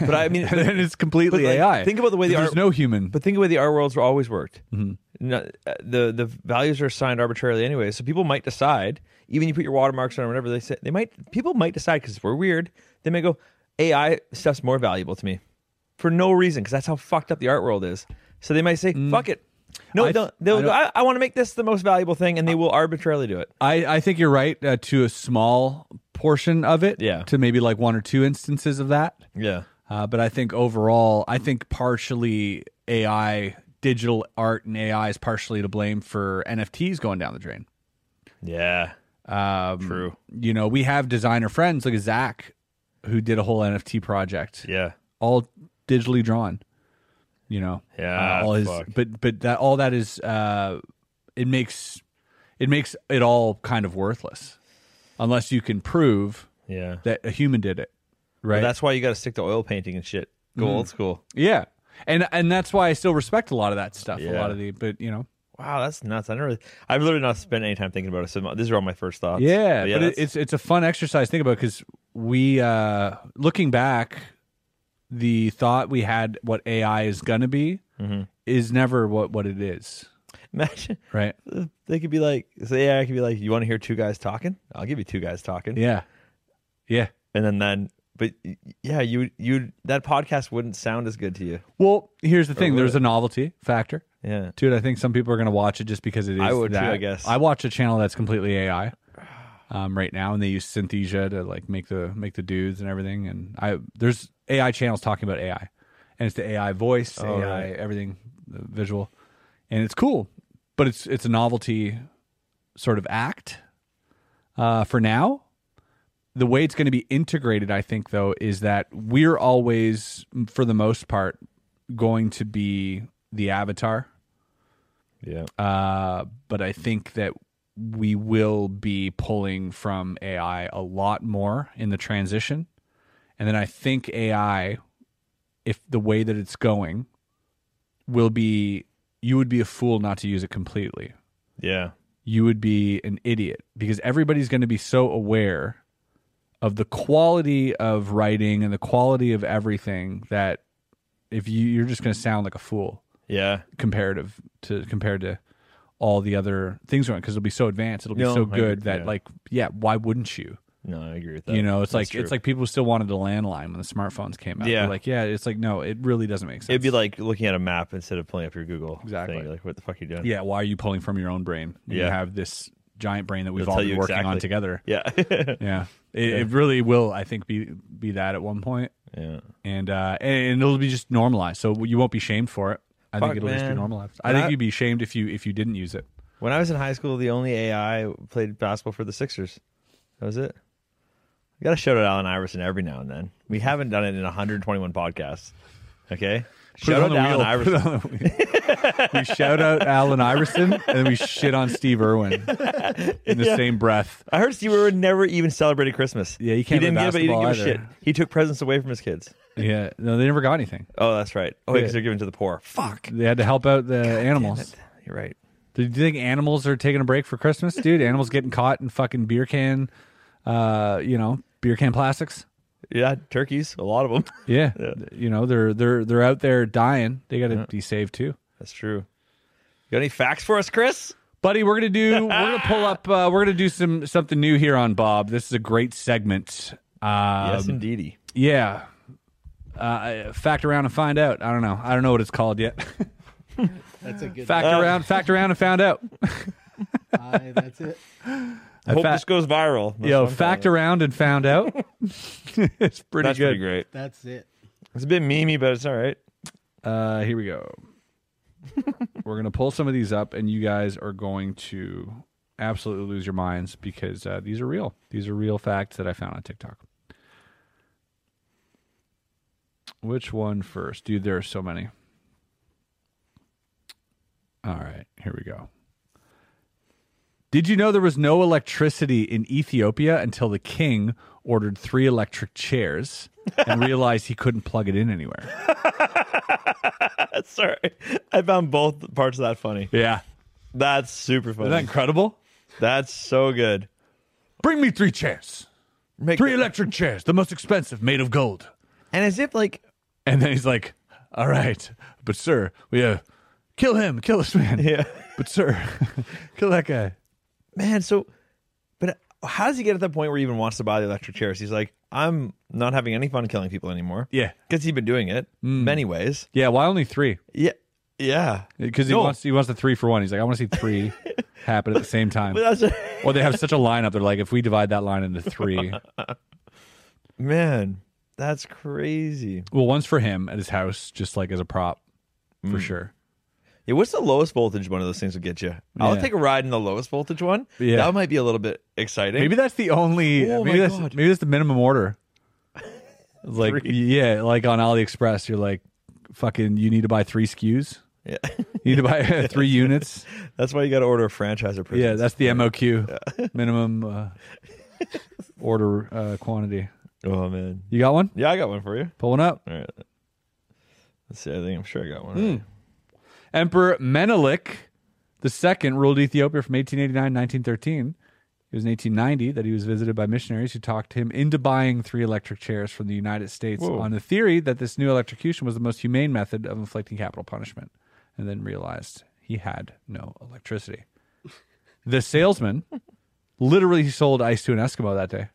Speaker 2: but I mean,
Speaker 1: and then it's completely
Speaker 2: But, like,
Speaker 1: AI.
Speaker 2: think about the way the
Speaker 1: there's
Speaker 2: art-
Speaker 1: no human.
Speaker 2: But think of the way the art worlds were always worked.
Speaker 1: Mm-hmm.
Speaker 2: No- uh, the the values are assigned arbitrarily anyway, so people might decide. Even you put your watermarks on or whatever they say, they might people might decide because we're weird. They may go, AI stuff's more valuable to me for no reason because that's how fucked up the art world is. So they might say, fuck it. No,
Speaker 1: Mm. I-
Speaker 2: they'll, they'll
Speaker 1: I
Speaker 2: go,
Speaker 1: don't-
Speaker 2: I, I want to make this the most valuable thing, and they will arbitrarily do it.
Speaker 1: I, I think you're right uh, to a small portion of it.
Speaker 2: Yeah.
Speaker 1: To maybe like one or two instances of that.
Speaker 2: Yeah.
Speaker 1: Uh, but I think overall, I think partially AI, digital art, and AI is partially to blame for NFTs going down the drain.
Speaker 2: Yeah.
Speaker 1: Um,
Speaker 2: True.
Speaker 1: You know, we have designer friends like Zach, who did a whole NFT project,
Speaker 2: Yeah.
Speaker 1: all digitally drawn. You know,
Speaker 2: Yeah,
Speaker 1: uh, all his,
Speaker 2: fuck.
Speaker 1: but but that all that is, uh, it makes it makes it all kind of worthless unless you can prove
Speaker 2: Yeah.
Speaker 1: that a human did it, right?
Speaker 2: That's why you got to stick to oil painting and shit. Go
Speaker 1: Mm-hmm.
Speaker 2: old school.
Speaker 1: yeah, and and that's why I still respect a lot of that stuff. A
Speaker 2: Yeah.
Speaker 1: lot of the, but you know,
Speaker 2: Wow, that's nuts. I never, I've literally not spent any time thinking about it. So my- these are all my first thoughts.
Speaker 1: yeah, but it,
Speaker 2: that's-
Speaker 1: it's it's a fun exercise to think about because we uh looking back, the thought we had what AI is gonna be
Speaker 2: Mm-hmm.
Speaker 1: is never what what it is,
Speaker 2: imagine
Speaker 1: right?
Speaker 2: they could be like, so yeah, I could be like, you want to hear two guys talking? I'll give you two guys talking.
Speaker 1: Yeah, yeah.
Speaker 2: And then then, but y- yeah, you you that podcast wouldn't sound as good to you.
Speaker 1: Well, here's the thing:
Speaker 2: would
Speaker 1: there's
Speaker 2: it?
Speaker 1: a novelty factor.
Speaker 2: Yeah,
Speaker 1: Dude, I think some people are going to watch it just because it is.
Speaker 2: I would too,
Speaker 1: that.
Speaker 2: I guess.
Speaker 1: I watch a channel that's completely AI um, right now, and they use Synthesia to like make the make the dudes and everything. And I there's AI channels talking about AI, and it's the AI voice, AI
Speaker 2: right.
Speaker 1: everything, the visual, and it's cool, but it's it's a novelty sort of act uh, for now. The way it's going to be integrated, I think, though, is that we're always, for the most part, going to be the avatar
Speaker 2: yeah,
Speaker 1: uh, but I think that we will be pulling from AI a lot more in the transition. And then I think AI, if the way that it's going, will be you would be a fool not to use it completely.
Speaker 2: yeah,
Speaker 1: You would be an idiot because everybody's going to be so aware of the quality of writing and the quality of everything that if you you're just going to sound like a fool
Speaker 2: yeah.
Speaker 1: comparative to compared to all the other things around because it'll be so advanced it'll be
Speaker 2: No,
Speaker 1: so
Speaker 2: I agree,
Speaker 1: good that
Speaker 2: yeah.
Speaker 1: like yeah why wouldn't you
Speaker 2: No, I agree with that.
Speaker 1: you know it's
Speaker 2: That's
Speaker 1: like
Speaker 2: true.
Speaker 1: it's like people still wanted a landline when the smartphones came out
Speaker 2: Yeah.
Speaker 1: They're like yeah it's like no it really doesn't make sense
Speaker 2: it'd be like looking at a map instead of pulling up your Google.
Speaker 1: Exactly.
Speaker 2: thing. You're Like what the fuck are you doing?
Speaker 1: yeah why are you pulling from your own brain when you
Speaker 2: Yeah.
Speaker 1: have this giant brain that we've
Speaker 2: They'll
Speaker 1: all
Speaker 2: tell
Speaker 1: been
Speaker 2: you
Speaker 1: working on
Speaker 2: exactly.
Speaker 1: together
Speaker 2: yeah,
Speaker 1: yeah it, it really will i think be be that at one point
Speaker 2: yeah.
Speaker 1: and uh and it'll be just normalized so you won't be shamed for it i
Speaker 2: Fuck,
Speaker 1: think it'll just be
Speaker 2: man.
Speaker 1: normalized i
Speaker 2: And
Speaker 1: think
Speaker 2: I-
Speaker 1: you'd be shamed if you if you didn't use it
Speaker 2: When I was in high school, the only AI played basketball for the Sixers. That was it. We got to shout out Allen Iverson every now and then. We haven't done it in 121 podcasts. Okay,
Speaker 1: Put it
Speaker 2: shout
Speaker 1: on the
Speaker 2: out to Allen
Speaker 1: wheel. Put
Speaker 2: Iverson.
Speaker 1: it on the wheel. we shout out Allen Iverson and then we shit on Steve Irwin in the same breath.
Speaker 2: I heard Steve Irwin never even celebrated Christmas.
Speaker 1: Yeah, he can't
Speaker 2: He
Speaker 1: play
Speaker 2: didn't give, he
Speaker 1: basketball
Speaker 2: didn't give a shit.
Speaker 1: either.
Speaker 2: He took presents away from his kids.
Speaker 1: Yeah, no, they never got anything.
Speaker 2: Oh, that's right. Oh, because they're given to the poor. Fuck.
Speaker 1: They had to help out the animals.
Speaker 2: You're right.
Speaker 1: Do you think animals are taking a break for Christmas, dude? Animals getting caught in fucking beer can, uh, you know, beer can plastics.
Speaker 2: Yeah, turkeys. A lot of them.
Speaker 1: Yeah, you know, they're they're they're out there dying. They got to be saved too.
Speaker 2: that's true. You got any facts for us, Chris?
Speaker 1: buddy we're gonna do we're gonna pull up uh, we're gonna do some something new here on bob this is a great segment uh
Speaker 2: yes, indeedy.
Speaker 1: yeah uh fact around and find out i don't know i don't know what it's called yet
Speaker 4: That's a good.
Speaker 2: Uh.
Speaker 1: fact around fact around and found out
Speaker 4: I, that's it.
Speaker 1: I
Speaker 2: Hope
Speaker 1: fa-
Speaker 2: this goes viral. That's
Speaker 1: Yo,
Speaker 2: what I'm
Speaker 1: fact
Speaker 2: calling it.
Speaker 1: around and found out. it's pretty
Speaker 2: That's
Speaker 1: good.
Speaker 2: pretty great.
Speaker 4: That's it.
Speaker 2: It's a bit memey, but it's all right.
Speaker 1: Uh, here we go. We're gonna pull some of these up, and you guys are going to absolutely lose your minds because uh, these are real. These are real facts that I found on TikTok. Which one first, dude? There are so many. All right, here we go. Did you know there was no electricity in Ethiopia until the king ordered three electric chairs and realized he couldn't plug it in anywhere?
Speaker 2: That's all right. I found both parts of that funny.
Speaker 1: Yeah.
Speaker 2: That's super funny.
Speaker 1: Isn't that incredible?
Speaker 2: That's so good.
Speaker 1: Bring me three chairs.
Speaker 2: Make
Speaker 1: Three electric chairs, the most expensive, made of gold.
Speaker 2: and as if like
Speaker 1: And then he's like, All right, but sir, we uh kill him, kill this man.
Speaker 2: yeah,
Speaker 1: But sir, kill that guy.
Speaker 2: man. So, but how does he get at the point where he even wants to buy the electric chairs? He's like, I'm not having any fun killing people anymore.
Speaker 1: Yeah. Mm.
Speaker 2: because he's been doing it many ways.
Speaker 1: Yeah, why only three?
Speaker 2: Yeah, yeah.
Speaker 1: Because he
Speaker 2: No.
Speaker 1: wants he wants the three for one. He's like, I want to see three happen at the same time.
Speaker 2: But that's
Speaker 1: Or they have such a lineup, they're like, if we divide that line into three.
Speaker 2: man, that's crazy.
Speaker 1: Well, one's for him at his house, just like as a prop, for sure.
Speaker 2: Yeah, what's the lowest voltage one of those things will get you? I'll
Speaker 1: Yeah.
Speaker 2: take a ride in the lowest voltage one.
Speaker 1: Yeah.
Speaker 2: That might be a little bit exciting.
Speaker 1: Maybe that's the only.
Speaker 2: Oh
Speaker 1: maybe
Speaker 2: my
Speaker 1: that's
Speaker 2: God.
Speaker 1: maybe that's the minimum order. Like
Speaker 2: Three.
Speaker 1: yeah, like on AliExpress, you're like, fucking, you need to buy three SKUs.
Speaker 2: Yeah.
Speaker 1: You need to buy three units.
Speaker 2: that's why you got to order a franchise or prisons.
Speaker 1: Yeah, that's the MOQ, minimum uh, order uh, quantity.
Speaker 2: Oh man.
Speaker 1: You got one?
Speaker 2: Yeah, I got one for you.
Speaker 1: Pull one up.
Speaker 2: All right. Let's see. I think I'm sure I got one. already.
Speaker 1: Emperor Menelik II ruled Ethiopia from 1889 to 1913. It was in 1890 that he was visited by missionaries who talked him into buying three electric chairs from the United States
Speaker 2: Whoa.
Speaker 1: on the theory that this new electrocution was the most humane method of inflicting capital punishment, and then realized he had no electricity. The salesman literally sold ice to an Eskimo that day.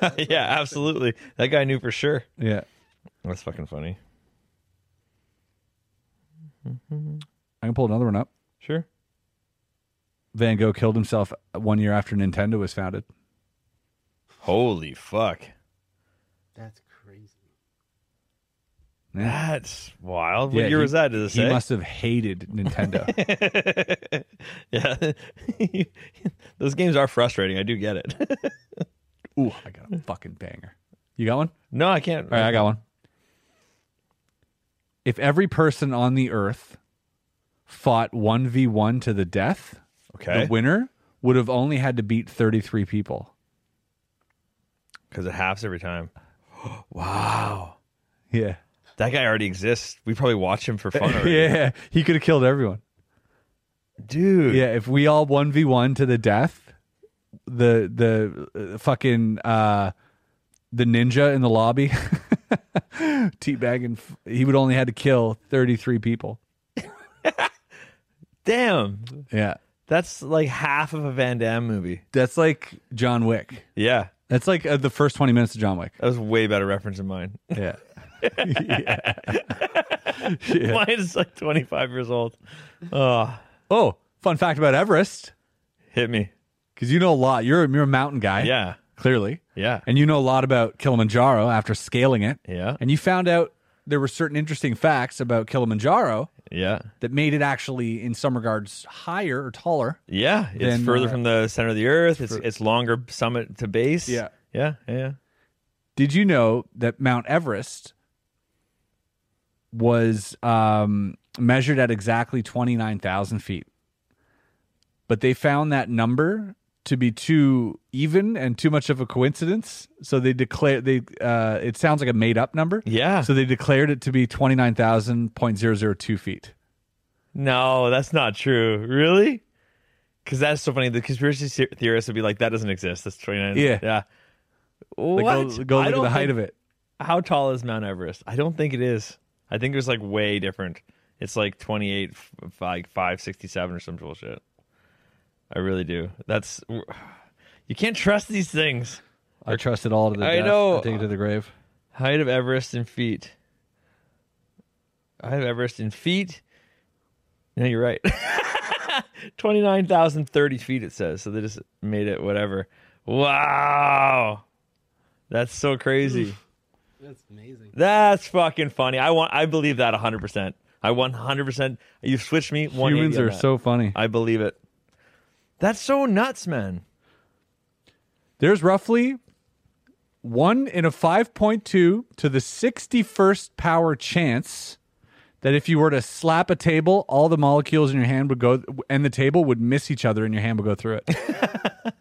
Speaker 1: Hmm.
Speaker 2: yeah, absolutely. That guy knew for sure.
Speaker 1: Yeah.
Speaker 2: That's fucking funny.
Speaker 1: I can pull another one up.
Speaker 2: Sure.
Speaker 1: Van Gogh killed himself one year after Nintendo was founded.
Speaker 2: Holy fuck.
Speaker 4: That's crazy.
Speaker 1: Yeah.
Speaker 2: That's wild.
Speaker 1: Yeah,
Speaker 2: what year
Speaker 1: he-
Speaker 2: was that? Did it
Speaker 1: He
Speaker 2: say?
Speaker 1: must have hated Nintendo.
Speaker 2: yeah. Those games are frustrating. I do get it.
Speaker 1: Ooh, I got a fucking banger. You got one?
Speaker 2: no, I can't.
Speaker 1: All right, I got one. If every person on the earth fought 1v1 to the death,
Speaker 2: Okay.
Speaker 1: the winner would have only had to beat 33 people.
Speaker 2: Because it halves every time. wow.
Speaker 1: Yeah.
Speaker 2: That guy already exists. We probably watch him for fun already.
Speaker 1: Yeah. He could have killed everyone.
Speaker 2: Dude.
Speaker 1: Yeah. If we all 1v1 to the death, the the uh, fucking uh the ninja in the lobby teabagging f- he would only had to kill 33 people.
Speaker 2: Damn.
Speaker 1: Yeah.
Speaker 2: That's like half of a Van Damme movie.
Speaker 1: That's like John Wick.
Speaker 2: Yeah.
Speaker 1: That's like uh, the first 20 minutes of John Wick.
Speaker 2: That was way better reference than mine.
Speaker 1: Yeah.
Speaker 2: Mine's like 25 years old. Oh,
Speaker 1: Oh, fun fact about Everest
Speaker 2: hit me.
Speaker 1: because you know a lot. You're, you're a mountain guy.
Speaker 2: Yeah.
Speaker 1: Clearly.
Speaker 2: Yeah.
Speaker 1: And you know a lot about Kilimanjaro after scaling it.
Speaker 2: Yeah.
Speaker 1: And you found out there were certain interesting facts about Kilimanjaro
Speaker 2: Yeah.
Speaker 1: that made it actually, in some regards, higher or taller.
Speaker 2: Yeah. It's
Speaker 1: Then,
Speaker 2: further
Speaker 1: uh,
Speaker 2: from the center of the earth. It's it's longer summit to base.
Speaker 1: Yeah.
Speaker 2: Yeah. Yeah.
Speaker 1: Did you know that Mount Everest was um, measured at exactly 29,000 feet? But they found that number to be too even and too much of a coincidence. So they declared, they, uh, it sounds like a made up number.
Speaker 2: Yeah.
Speaker 1: So they declared it to be 29,000.002 feet.
Speaker 2: No, that's not true. Really? Because that's so funny. The conspiracy se- theorists would be like, that doesn't exist. That's 29.
Speaker 1: Yeah.
Speaker 2: Yeah.
Speaker 1: Like,
Speaker 2: What?
Speaker 1: Go, go
Speaker 2: I
Speaker 1: look at
Speaker 2: don't
Speaker 1: the height
Speaker 2: think-
Speaker 1: of it.
Speaker 2: How tall is Mount Everest? I don't think it is. I think it was like way different. It's like 28, f- f- like 567 or some bullshit. I really do. That's. You can't trust these things.
Speaker 1: I trust it all to the
Speaker 2: I
Speaker 1: death.
Speaker 2: know.
Speaker 1: I take it to the grave.
Speaker 2: Height of Everest in feet. Height of Everest in feet. No, you're right. 29,030 feet, it says. So they just made it whatever. Wow. That's so crazy.
Speaker 4: That's amazing.
Speaker 2: That's fucking funny. I want. I believe that 100%. I 100%. You switched me. 180
Speaker 1: Humans
Speaker 2: on
Speaker 1: are
Speaker 2: that.
Speaker 1: so funny.
Speaker 2: I believe it. That's so nuts, man.
Speaker 1: There's roughly one in a 5.2 to the 61st power chance that if you were to slap a table, all the molecules in your hand would go, and the table would miss each other, and your hand would go through it.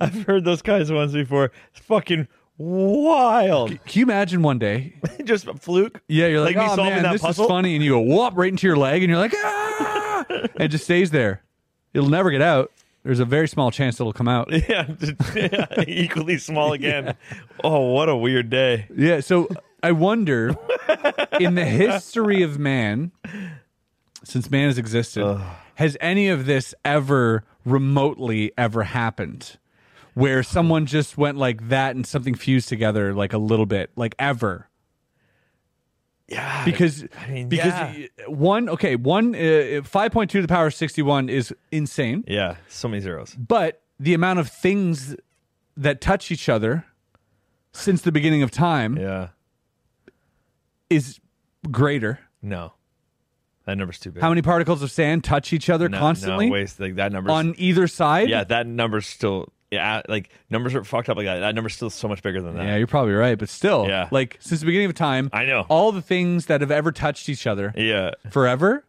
Speaker 2: I've heard those guys once before. It's fucking wild.
Speaker 1: Can you imagine one day?
Speaker 2: Just a fluke.
Speaker 1: Yeah, you're like,
Speaker 2: Like me
Speaker 1: oh
Speaker 2: solving
Speaker 1: man,
Speaker 2: that
Speaker 1: this
Speaker 2: puzzle?"
Speaker 1: is funny, and you go whoop right into your leg, and you're like, ah, and it just stays there. It'll never get out. There's a very small chance it'll come out.
Speaker 2: Yeah, just- yeah, equally small again. Oh, what a weird day.
Speaker 1: Yeah, so I wonder in the history of man, since man has existed, has any of this ever remotely ever happened? Where someone just went like that and something fused together like a little bit, like ever.
Speaker 2: Yeah,
Speaker 1: Because
Speaker 2: I mean,
Speaker 1: because
Speaker 2: yeah.
Speaker 1: one okay, one uh, 5.2 to the power of 61 is insane,
Speaker 2: yeah, so many zeros.
Speaker 1: but the amount of things that touch each other since the beginning of time
Speaker 2: Yeah,
Speaker 1: is greater.
Speaker 2: no, that number's too big.
Speaker 1: How many particles of sand touch each other
Speaker 2: No,
Speaker 1: constantly
Speaker 2: No, waste like that number.
Speaker 1: on either side?
Speaker 2: yeah, that number's still yeah. Like numbers are fucked up like that. That number's still so much bigger than that.
Speaker 1: Yeah, Oh. you're probably right, but still,
Speaker 2: Yeah.
Speaker 1: like since the beginning of time,
Speaker 2: I know.
Speaker 1: all the things that have ever touched each other
Speaker 2: yeah,
Speaker 1: forever.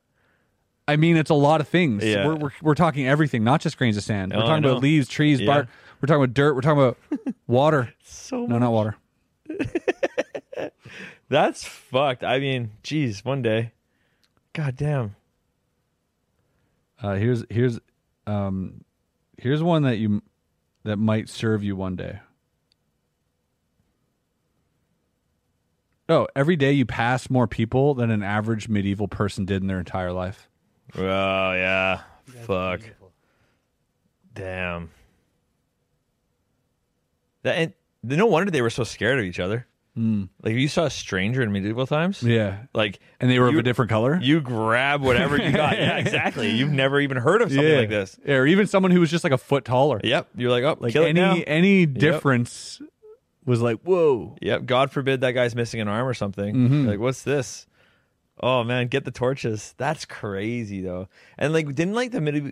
Speaker 1: I mean, it's a lot of things.
Speaker 2: Yeah.
Speaker 1: We're, we're we're talking everything, not just grains of sand.
Speaker 2: No,
Speaker 1: we're
Speaker 2: I
Speaker 1: talking
Speaker 2: know.
Speaker 1: about leaves, trees,
Speaker 2: Yeah.
Speaker 1: bark. We're talking about dirt. We're talking about water.
Speaker 2: so
Speaker 1: No, not water.
Speaker 2: That's fucked. I mean, geez, one day. God damn.
Speaker 1: Uh, here's here's um, here's one that you that might serve you one day. Oh, every day you pass more people than an average medieval person did in their entire life.
Speaker 2: Oh yeah.
Speaker 4: That's
Speaker 2: Fuck.
Speaker 4: beautiful.
Speaker 2: Damn. That and no wonder they were so scared of each other. Like if you saw a stranger in medieval times,
Speaker 1: Hmm. Yeah,
Speaker 2: like
Speaker 1: and they were
Speaker 2: You-
Speaker 1: of a different color.
Speaker 2: you grab whatever you got. Yeah, exactly. You've never even heard of something
Speaker 1: yeah.
Speaker 2: like this.
Speaker 1: Yeah, or even someone who was just like a foot taller.
Speaker 2: Yep. You're like, oh,
Speaker 1: Like
Speaker 2: kill it
Speaker 1: any
Speaker 2: now.
Speaker 1: any difference was like whoa.
Speaker 2: Yep. God forbid that guy's missing an arm or something. Like, what's this? Oh man, get the torches. That's crazy though. And like, didn't like the medieval,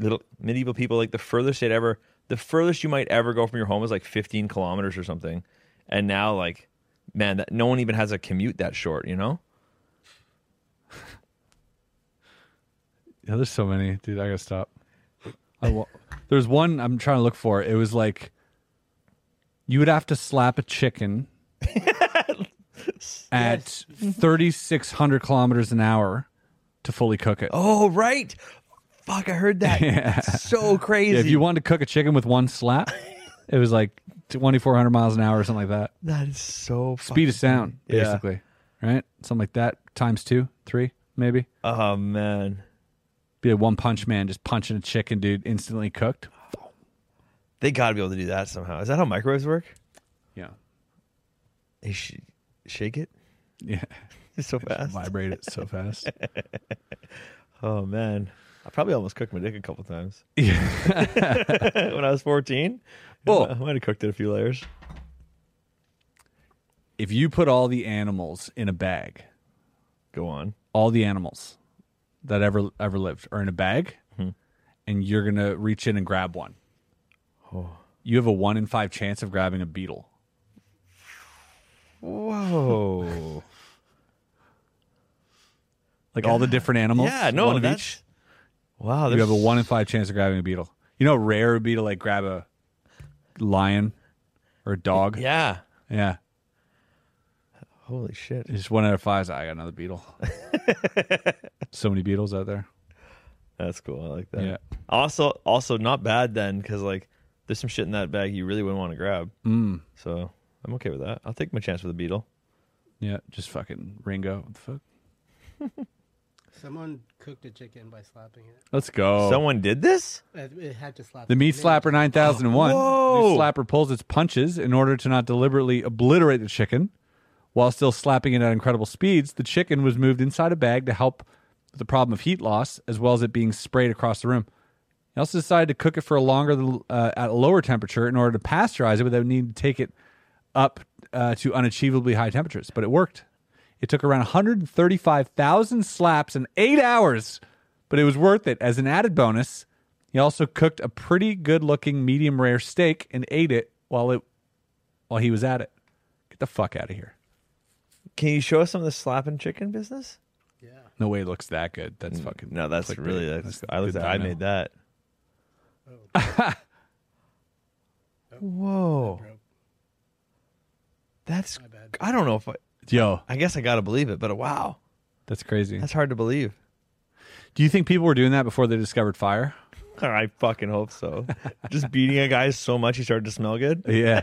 Speaker 2: little medieval people like the furthest they'd ever, the furthest you might ever go from your home is like 15 kilometers or something. And now like, man, that no one even has a commute that short. You know?
Speaker 1: Yeah, there's so many, dude. I gotta stop. I wa- there's one I'm trying to look for. It was like you would have to slap a chicken at 3,600 kilometers an hour to fully cook it.
Speaker 2: Oh right. Fuck, I heard that. So crazy.
Speaker 1: Yeah, if you wanted to cook a chicken with one slap, it was like 2,400 miles an hour or something like that.
Speaker 2: that is so
Speaker 1: Speed of sound,
Speaker 2: Yeah.
Speaker 1: basically, right? Something like that times two, three, maybe.
Speaker 2: Oh man.
Speaker 1: Be a one punch man just punching a chicken, dude, instantly cooked.
Speaker 2: Oh. They got to be able to do that somehow. Is that how microwaves work?
Speaker 1: Yeah.
Speaker 2: They sh- shake it
Speaker 1: Yeah.
Speaker 2: so fast.
Speaker 1: Vibrate it so fast.
Speaker 2: Oh man, I probably almost cooked my dick a couple times
Speaker 1: Yeah.
Speaker 2: when I was fourteen.
Speaker 1: Oh.
Speaker 2: I might have cooked it a few layers.
Speaker 1: if you put all the animals in a bag,
Speaker 2: Go on.
Speaker 1: all the animals that ever ever lived are in a bag,
Speaker 2: Mm-hmm.
Speaker 1: and you're gonna reach in and grab one.
Speaker 2: Oh.
Speaker 1: You have a one in five chance of grabbing a beetle.
Speaker 2: Whoa.
Speaker 1: Like all the different animals.
Speaker 2: yeah, no,
Speaker 1: one of
Speaker 2: that's
Speaker 1: each.
Speaker 2: wow.
Speaker 1: You
Speaker 2: there's-
Speaker 1: have a one in five chance of grabbing a beetle. You know, how rare it would be to like grab a lion or a dog.
Speaker 2: Yeah.
Speaker 1: yeah.
Speaker 2: Holy shit.
Speaker 1: It's just one out of five. is, I got another beetle. so many beetles out there.
Speaker 2: That's cool. I like that.
Speaker 1: Yeah.
Speaker 2: Also, also not bad then, because like there's some shit in that bag you really wouldn't want to grab. Mm. So I'm okay with that. I'll take my chance with a beetle.
Speaker 1: Yeah, just fucking Ringo. What the fuck?
Speaker 4: Someone cooked a chicken by slapping it.
Speaker 1: Let's go.
Speaker 2: Someone did this.
Speaker 4: It- It had to slap.
Speaker 1: The
Speaker 4: it.
Speaker 1: meat
Speaker 4: They-
Speaker 1: slapper 9001. The
Speaker 2: Whoa.
Speaker 1: meat slapper pulls its punches in order to not deliberately obliterate the chicken. While still slapping it at incredible speeds, the chicken was moved inside a bag to help with the problem of heat loss as well as it being sprayed across the room. He also decided to cook it for a longer uh, at a lower temperature in order to pasteurize it without needing to take it up uh, to unachievably high temperatures. But it worked. It took around 135,000 slaps in eight hours, but it was worth it. As an added bonus, he also cooked a pretty good-looking medium rare steak and ate it while it while he was at it. Get the fuck out of here.
Speaker 2: Can you show us some of the slapping chicken business?
Speaker 4: Yeah.
Speaker 1: No way it looks that good. That's fucking
Speaker 2: Mm, No, that's
Speaker 1: clickbait.
Speaker 2: really that's, I looked
Speaker 1: good
Speaker 2: at, I
Speaker 1: dino.
Speaker 2: made that. Whoa.
Speaker 4: broke.
Speaker 2: That's
Speaker 4: bad.
Speaker 2: I don't know if I
Speaker 1: Yo,
Speaker 2: I guess I got to believe it, but wow.
Speaker 1: that's crazy.
Speaker 2: That's hard to believe.
Speaker 1: Do you think people were doing that before they discovered fire?
Speaker 2: I fucking hope so. Just beating a guy so much he started to smell good.
Speaker 1: Yeah.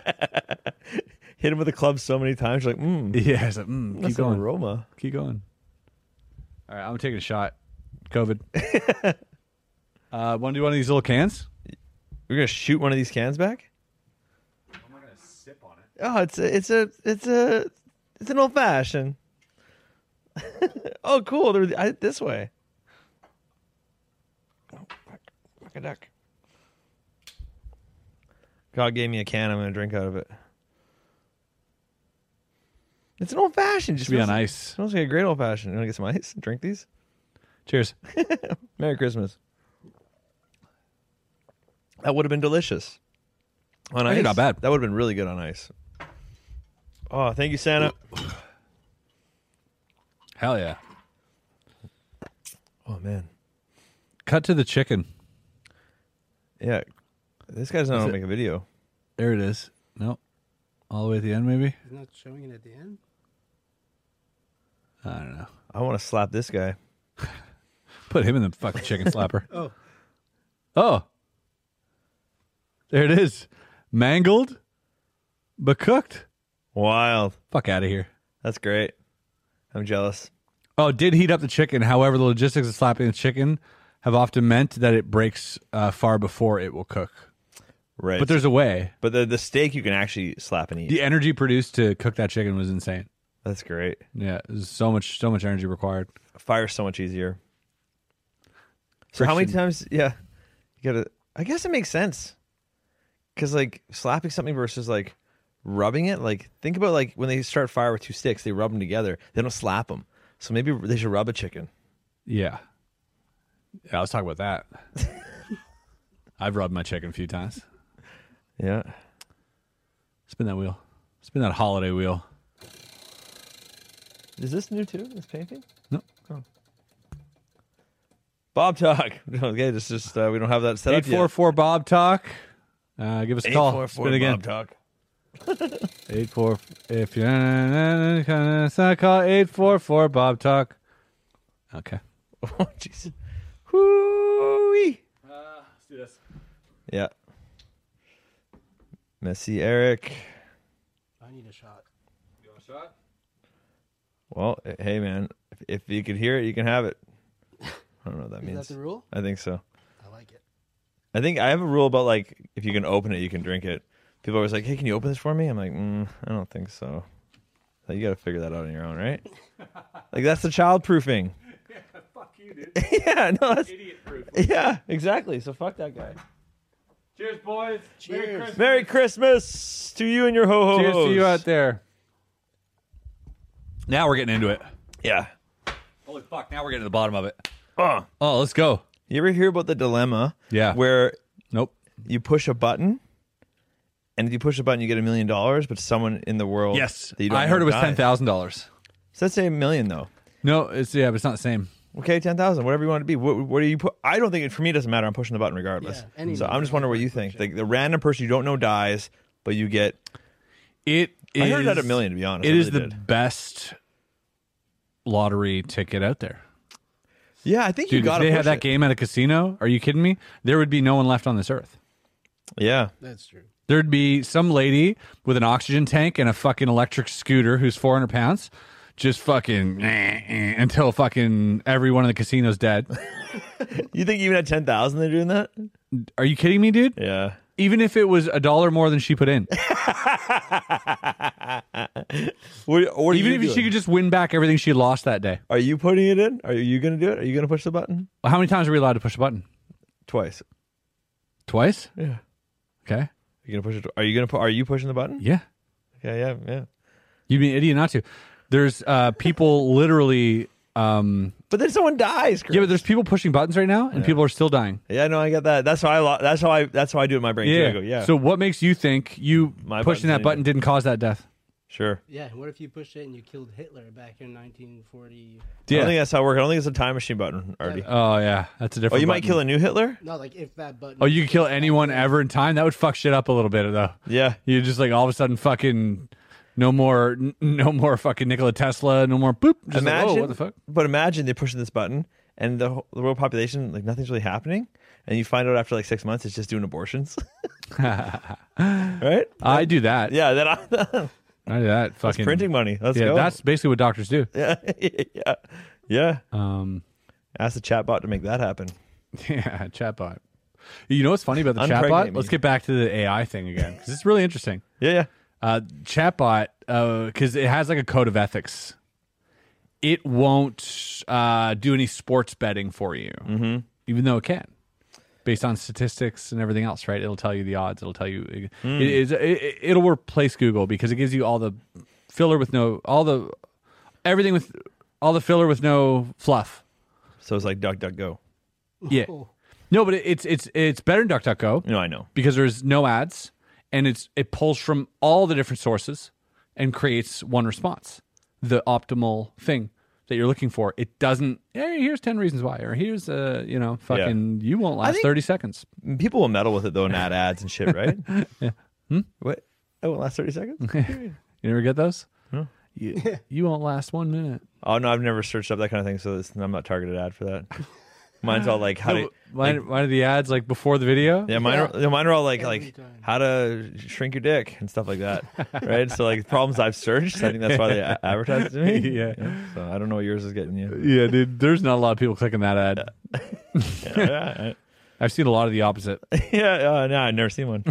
Speaker 2: Hit him with a club so many times, you're like, mmm,
Speaker 1: yeah. It's like, mm,
Speaker 2: that's
Speaker 1: keep
Speaker 2: an
Speaker 1: going.
Speaker 2: aroma.
Speaker 1: Keep going. All right, I'm taking a shot. COVID. uh, want to do one of these little cans?
Speaker 2: We're gonna shoot one of these cans back. I'm not gonna sip on it. Oh, it's a, it's a, it's a, it's an old fashioned. oh, cool. They're I, this way. Oh, fuck. Fuck a duck. God gave me a can. I'm gonna drink out of it. It's an old fashioned. Just
Speaker 1: Should be on
Speaker 2: smells-
Speaker 1: ice.
Speaker 2: Smells like a great old fashioned. You wanna get some ice? and Drink these.
Speaker 1: Cheers.
Speaker 2: Merry Christmas. That would have been delicious. On
Speaker 1: Actually,
Speaker 2: ice,
Speaker 1: not bad.
Speaker 2: That would have been really good on ice. Oh, thank you, Santa.
Speaker 1: Hell yeah.
Speaker 2: Oh man,
Speaker 1: Cut to the chicken.
Speaker 2: yeah. This guy's not gonna make a video.
Speaker 1: There it is. Nope. All the way at the end, maybe?
Speaker 4: He's not showing it at the end.
Speaker 1: I don't know.
Speaker 2: I want to slap this guy.
Speaker 1: Put him in the fucking chicken slapper.
Speaker 4: Oh,
Speaker 1: Oh. There it is. Mangled, but cooked.
Speaker 2: Wild.
Speaker 1: Fuck out of here.
Speaker 2: That's great. I'm jealous.
Speaker 1: Oh, it did heat up the chicken. However, the logistics of slapping the chicken have often meant that it breaks uh, far before it will cook.
Speaker 2: Right.
Speaker 1: But there's a way.
Speaker 2: but the the steak you can actually slap and eat.
Speaker 1: The energy produced to cook that chicken was insane.
Speaker 2: That's great.
Speaker 1: Yeah, there's so much, so much energy required.
Speaker 2: Fire's so much easier. So how many
Speaker 1: Friction.
Speaker 2: times? Yeah, you gotta. I guess it makes sense, because like slapping something versus like rubbing it. Like think about like when they start fire with two sticks, they rub them together. They don't slap them. So maybe they should rub a chicken.
Speaker 1: Yeah, yeah. Let's talk about that. I've rubbed my chicken a few times.
Speaker 2: Yeah.
Speaker 1: Spin that wheel. Spin that holiday wheel.
Speaker 2: Is this new too? This painting? Oh.
Speaker 1: No.
Speaker 2: Bob talk. okay, this is just uh, we don't have that set
Speaker 1: Eight
Speaker 2: up
Speaker 1: four four Bob talk. Uh, give us a
Speaker 2: yet.
Speaker 1: call.
Speaker 2: 844
Speaker 1: Spin again.
Speaker 2: Bob talk.
Speaker 1: Eight four. If you're call eight four four Bob talk. Okay.
Speaker 2: Oh jeez. Whoo-wee.
Speaker 1: Let's do this.
Speaker 2: Yeah. Messy Eric.
Speaker 4: I need a shot.
Speaker 1: You want a shot?
Speaker 2: Well, eh, hey man, if, if you could hear it, you can have it. I don't know what that
Speaker 4: Is
Speaker 2: means.
Speaker 4: that the rule?
Speaker 2: I think so.
Speaker 4: I like it.
Speaker 2: I think I have a rule about like if you can open it, you can drink it. People are always like, "Hey, can you open this for me?" I'm like, mm, "I don't think so." Like, you got to figure that out on your own, right? like that's the child proofing.
Speaker 1: Fuck you, dude.
Speaker 2: yeah, no, that's
Speaker 1: Idiot proof.
Speaker 2: yeah, exactly. So fuck that guy.
Speaker 1: Cheers, boys.
Speaker 4: Cheers.
Speaker 2: Merry Christmas to you and your ho ho.
Speaker 1: Cheers to you out there. Now we're getting into it.
Speaker 2: Yeah.
Speaker 1: Holy fuck! Now we're getting to the bottom of it.
Speaker 2: Uh,
Speaker 1: Oh, let's go.
Speaker 2: you ever hear about the dilemma?
Speaker 1: Yeah.
Speaker 2: Where
Speaker 1: Nope.
Speaker 2: you push a button, and if you push a button, you get a million dollars. But someone in the world,
Speaker 1: Yes,
Speaker 2: that you don't
Speaker 1: I heard
Speaker 2: know
Speaker 1: it was
Speaker 2: dies.
Speaker 1: ten thousand dollars.
Speaker 2: So let's say a million though.
Speaker 1: No, it's yeah, but it's not the same.
Speaker 2: Okay, ten thousand, whatever you want it to be. What, what do you put? I don't think it, for me it doesn't matter. I'm pushing the button regardless.
Speaker 4: Yeah, any
Speaker 2: so I'm
Speaker 4: number.
Speaker 2: just wondering what you think. Like the random person you don't know dies, but you get.
Speaker 1: It
Speaker 2: I heard
Speaker 1: is-
Speaker 2: it at a million to be honest.
Speaker 1: It
Speaker 2: I
Speaker 1: is
Speaker 2: really
Speaker 1: the
Speaker 2: did.
Speaker 1: best lottery ticket out there.
Speaker 2: Yeah, I think
Speaker 1: Dude,
Speaker 2: you
Speaker 1: if
Speaker 2: got to
Speaker 1: they
Speaker 2: push
Speaker 1: had that
Speaker 2: it.
Speaker 1: game at a casino, are you kidding me? There would be no one left on this earth.
Speaker 2: Yeah,
Speaker 4: That's true.
Speaker 1: There'd be some lady with an oxygen tank and a fucking electric scooter who's 400 pounds, just fucking until fucking everyone in the casino's dead.
Speaker 2: you think even at ten thousand they're doing that?
Speaker 1: Are you kidding me, dude?
Speaker 2: Yeah,
Speaker 1: Even if it was a dollar more than she put in.
Speaker 2: What, what are
Speaker 1: Even
Speaker 2: you
Speaker 1: if
Speaker 2: doing?
Speaker 1: she could just win back everything she lost that day.
Speaker 2: Are you putting it in? Are you going to do it? Are you going to push the button?
Speaker 1: How many times are we allowed to push a button?
Speaker 2: Twice.
Speaker 1: Twice?
Speaker 2: Yeah. Are
Speaker 1: Okay.
Speaker 2: you going to push it? Are you going to pu- Are you pushing the button?
Speaker 1: Yeah.
Speaker 2: Yeah, yeah, yeah.
Speaker 1: You'd be an idiot not to. There's uh, people literally. Um,
Speaker 2: But then someone dies. Chris.
Speaker 1: yeah, but there's people pushing buttons right now, and people are still dying.
Speaker 2: Yeah, no, I get that. That's how I. Lo- that's how I. That's how I do it in my brain. too. I go, yeah.
Speaker 1: So what makes you think you
Speaker 2: My
Speaker 1: pushing
Speaker 2: button's
Speaker 1: that
Speaker 2: in.
Speaker 1: button didn't cause that death?
Speaker 2: sure.
Speaker 4: Yeah, what if you pushed it and you killed Hitler back in 1940?
Speaker 2: I
Speaker 1: Yeah.
Speaker 2: don't think that's how it works. I don't think it's a time machine button, Artie.
Speaker 1: Oh yeah, that's a different.
Speaker 2: oh, you might
Speaker 1: button.
Speaker 2: kill a new Hitler.
Speaker 4: No, like if that button.
Speaker 1: Oh, you could kill anyone ever in time. That would fuck shit up a little bit though.
Speaker 2: Yeah.
Speaker 1: You just like all of a sudden fucking no more, n- no more fucking Nikola Tesla, no more boop. Just like,
Speaker 2: imagine.
Speaker 1: "Whoa, what the fuck?
Speaker 2: But imagine they're pushing this button, and the whole- the world population like nothing's really happening, and you find out after like six months it's just doing abortions. right?
Speaker 1: I do that. Yeah,
Speaker 2: Yeah. Then I'm
Speaker 1: I do that. Uh, Fucking
Speaker 2: printing money. Let's
Speaker 1: yeah,
Speaker 2: go.
Speaker 1: that's basically what doctors do.
Speaker 2: yeah, yeah, yeah.
Speaker 1: Um,
Speaker 2: Ask the chatbot to make that happen.
Speaker 1: yeah, chatbot. You know what's funny about the
Speaker 2: Unpregnate
Speaker 1: chatbot?
Speaker 2: me.
Speaker 1: Let's get back to the AI thing again because it's really interesting.
Speaker 2: Yeah, yeah.
Speaker 1: uh, chatbot because it has like a code of ethics. It won't uh, do any sports betting for you, mm-hmm. even though it can, based on statistics and everything else. Right? It'll tell you the odds. It'll tell you it, it is. It, it'll replace Google because it gives you all the filler with no all the everything with all the filler with no fluff.
Speaker 2: So it's like duck, duck, go.
Speaker 1: Yeah.
Speaker 4: Oh.
Speaker 1: No, but it, it's it's it's better than DuckDuckGo
Speaker 2: No, I know.
Speaker 1: because there's no ads and it's it pulls from all the different sources and creates one response the optimal thing that you're looking for it doesn't hey here's 10 reasons why or here's uh you know fucking you won't last
Speaker 2: think-
Speaker 1: 30 seconds
Speaker 2: People will meddle with it though and add ads and shit, right? yeah. What? That won't last 30 seconds?
Speaker 1: you never get those you, you won't last one minute
Speaker 2: oh, no, I've never searched up that kind of thing, so it's, I'm not targeted ad for that. Mine's all like, how to.
Speaker 1: why, why are the ads like before the video
Speaker 2: Yeah, mine, Are, yeah, mine are all like,
Speaker 4: Every
Speaker 2: like
Speaker 4: time.
Speaker 2: how to shrink your dick and stuff like that, right? So like problems I've searched, I think that's why they a- advertise it to me.
Speaker 1: Yeah.
Speaker 2: So I don't know what yours is getting you.
Speaker 1: yeah dude there's not a lot of people clicking that ad
Speaker 2: yeah,
Speaker 1: i've seen a lot of the opposite
Speaker 2: yeah. Uh, no, I've never seen one.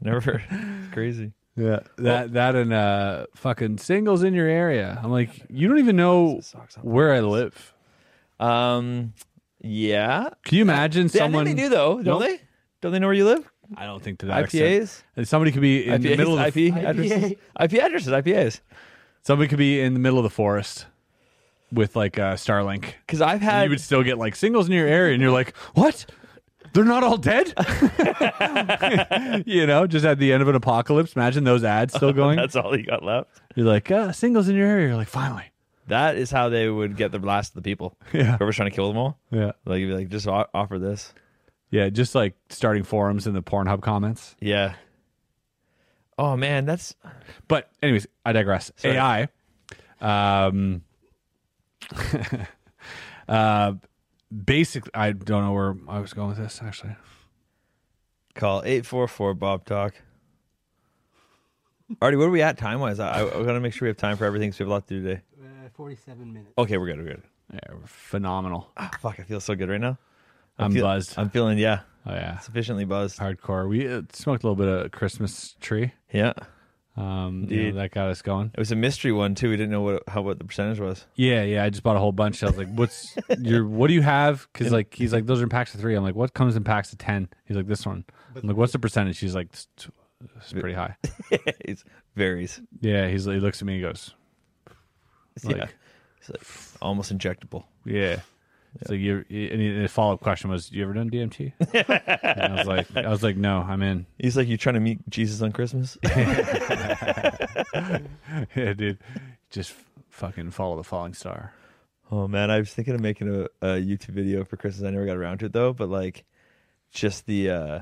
Speaker 2: never. It's crazy.
Speaker 1: yeah that that and uh fucking singles in your area i'm like you don't even know
Speaker 2: Socks on.
Speaker 1: where i live
Speaker 2: Um, yeah.
Speaker 1: Can you imagine
Speaker 2: They-
Speaker 1: someone?
Speaker 2: I think they do though, don't
Speaker 1: Nope.
Speaker 2: they? Don't they know where you live?
Speaker 1: I don't think to that extent.
Speaker 2: IPAs,
Speaker 1: And Somebody could be in
Speaker 2: IPAs,
Speaker 1: the middle of the,
Speaker 2: IP addresses, IP addresses, IPAs.
Speaker 1: somebody could be in the middle of the forest with like uh, Starlink.
Speaker 2: Because
Speaker 1: And
Speaker 2: I've had
Speaker 1: you would still get like singles in your area, and you're like, what? They're not all dead, you know. Just at the end of an apocalypse, imagine those ads still going.
Speaker 2: that's all you got left.
Speaker 1: You're like, uh, singles in your area. You're like, finally,
Speaker 2: That is how they would get the last of the people.
Speaker 1: Yeah.
Speaker 2: whoever's trying to kill them all.
Speaker 1: yeah,
Speaker 2: Like, you'd be like, just o- offer this.
Speaker 1: yeah. Just like starting forums in the Pornhub comments.
Speaker 2: Yeah. Oh man, that's
Speaker 1: But anyways, I digress.
Speaker 2: Sorry.
Speaker 1: AI. Um, uh, basically, I don't know where I was going with this. Actually,
Speaker 2: call eight four four Bob Talk. Artie, where are we at time wise? I, I, I gotta make sure we have time for everything. So we have a lot to do today.
Speaker 4: Uh, 47 minutes.
Speaker 2: Okay, we're good. We're good.
Speaker 1: yeah, phenomenal.
Speaker 2: Ah, fuck, I feel so good right now.
Speaker 1: I'm
Speaker 2: feel-
Speaker 1: buzzed.
Speaker 2: I'm feeling yeah,
Speaker 1: oh yeah,
Speaker 2: sufficiently buzzed.
Speaker 1: hardcore. We uh, smoked a little bit of Christmas tree.
Speaker 2: Yeah.
Speaker 1: Um, you know,
Speaker 2: Dude.
Speaker 1: that got us going.
Speaker 2: It was a mystery one too. We didn't know what how what the percentage was.
Speaker 1: Yeah, yeah. I just bought a whole bunch. I was like, "What's your? What do you have?" Because like he's like, "Those are in packs of three. I'm like, "What comes in packs of 10? He's like, "This one." I'm like, "What's the percentage?" He's like, "It's it's pretty high."
Speaker 2: it varies.
Speaker 1: Yeah, he's he looks at me and goes,
Speaker 2: yeah.
Speaker 1: Like-
Speaker 2: It's like almost injectable.
Speaker 1: Yeah. So you and the follow up question was, "You ever done DMT?" and I was like, "I was like, no, I'm in."
Speaker 2: He's like, you trying to meet Jesus on Christmas?
Speaker 1: yeah, dude, just f- fucking follow the falling star.
Speaker 2: oh man, I was thinking of making a, a YouTube video for Christmas. I never got around to it though, but like, just the uh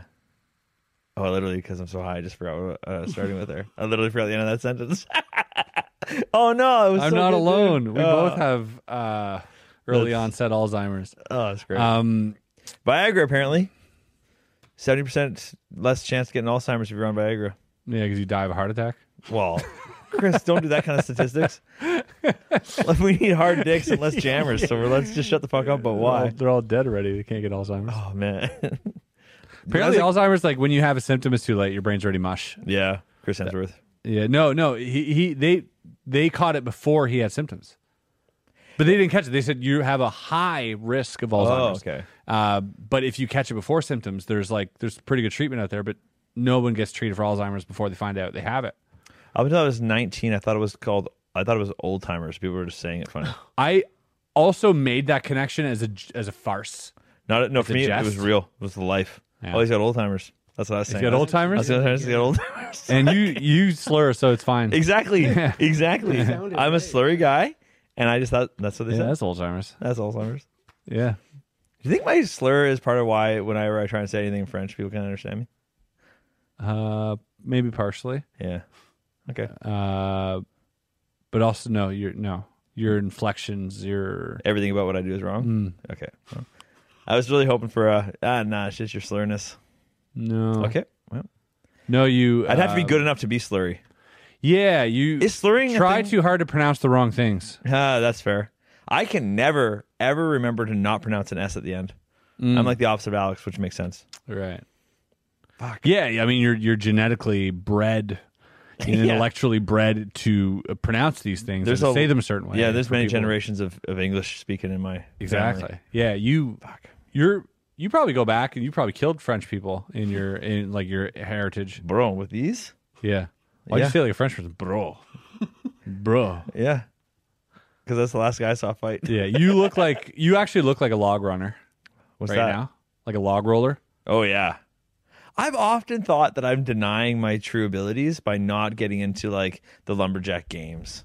Speaker 2: oh, literally because I'm so high, I just forgot what uh, starting with there. I literally forgot the end of that sentence. oh no, it was
Speaker 1: I'm
Speaker 2: so
Speaker 1: not
Speaker 2: good, dude.
Speaker 1: alone. We
Speaker 2: Oh,
Speaker 1: both have uh, early
Speaker 2: That's-
Speaker 1: onset Alzheimer's.
Speaker 2: Oh, it's great.
Speaker 1: Um,
Speaker 2: Viagra apparently. Seventy percent less chance of getting Alzheimer's if you're on Viagra.
Speaker 1: yeah, because you die of a heart attack.
Speaker 2: Well, Chris, don't do that kind of statistics. Like, we need hard dicks and less jammers, so we're, let's just shut the fuck up. But why?
Speaker 1: They're all dead already. They can't get Alzheimer's.
Speaker 2: Oh man.
Speaker 1: Apparently, Alzheimer's like when you have a symptom, it's too late. Your brain's already mush.
Speaker 2: yeah, Chris Hemsworth.
Speaker 1: Yeah, no, no. He, he they they caught it before he had symptoms, but they didn't catch it. They said you have a high risk of Alzheimer's.
Speaker 2: okay.
Speaker 1: Uh, but if you catch it before symptoms, there's like there's pretty good treatment out there, but no one gets treated for Alzheimer's before they find out they have it.
Speaker 2: Up until I was 19, I thought it was called. I thought it was old timers. People were just saying it funny.
Speaker 1: I also made that connection as a j- as a farce.
Speaker 2: Not no.
Speaker 1: a
Speaker 2: For me, it
Speaker 1: jest?
Speaker 2: was real. It was the life.
Speaker 1: Yeah.
Speaker 2: Oh, he's got old timers. That's what I was saying.
Speaker 1: got Alzheimer's?
Speaker 2: He's got Alzheimer's. He's got old timers.
Speaker 1: And you you slur, so it's fine.
Speaker 2: Exactly. Exactly.
Speaker 4: sounded
Speaker 2: I'm a
Speaker 4: right.
Speaker 2: slurry guy, and I just thought that's what they
Speaker 1: Yeah,
Speaker 2: said.
Speaker 1: that's Alzheimer's.
Speaker 2: That's Alzheimer's.
Speaker 1: Yeah.
Speaker 2: Do you think my slur is part of why whenever I try and say anything in French, people can understand me?
Speaker 1: Uh, maybe partially.
Speaker 2: Yeah. Okay.
Speaker 1: Uh, but also no, your no, your inflections, your
Speaker 2: Everything about what I do is wrong.
Speaker 1: Mm.
Speaker 2: Okay. Well, I was really hoping for a ah nah, it's just your slurriness.
Speaker 1: no.
Speaker 2: Okay. Well,
Speaker 1: No, you.
Speaker 2: I'd have to be
Speaker 1: uh,
Speaker 2: good enough to be slurry.
Speaker 1: Yeah, you.
Speaker 2: Is slurring a
Speaker 1: Try
Speaker 2: thing?
Speaker 1: too hard to pronounce the wrong things.
Speaker 2: Ah, that's fair. I can never ever remember to not pronounce an s at the end.
Speaker 1: Mm.
Speaker 2: I'm like the opposite of Alex, which makes sense.
Speaker 1: Right. Fuck. Yeah, yeah, I mean, you're you're genetically bred, and
Speaker 2: Yeah.
Speaker 1: intellectually bred to uh, pronounce these things and say them a certain way.
Speaker 2: Yeah, there's
Speaker 1: for
Speaker 2: many
Speaker 1: people.
Speaker 2: generations of, of English speaking in my
Speaker 1: Exactly.
Speaker 2: family.
Speaker 1: Yeah, you. You're you probably go back and you probably killed French people in your in like your heritage.
Speaker 2: Bro, with these?
Speaker 1: Yeah. Why
Speaker 2: Yeah.
Speaker 1: you say like a French person, bro, bro?
Speaker 2: Yeah. Because that's the last guy I saw fight.
Speaker 1: Yeah, you look like you actually look like a log runner
Speaker 2: What's
Speaker 1: right
Speaker 2: that?
Speaker 1: now, like a log roller.
Speaker 2: Oh yeah. I've often thought that I'm denying my true abilities by not getting into like the lumberjack games.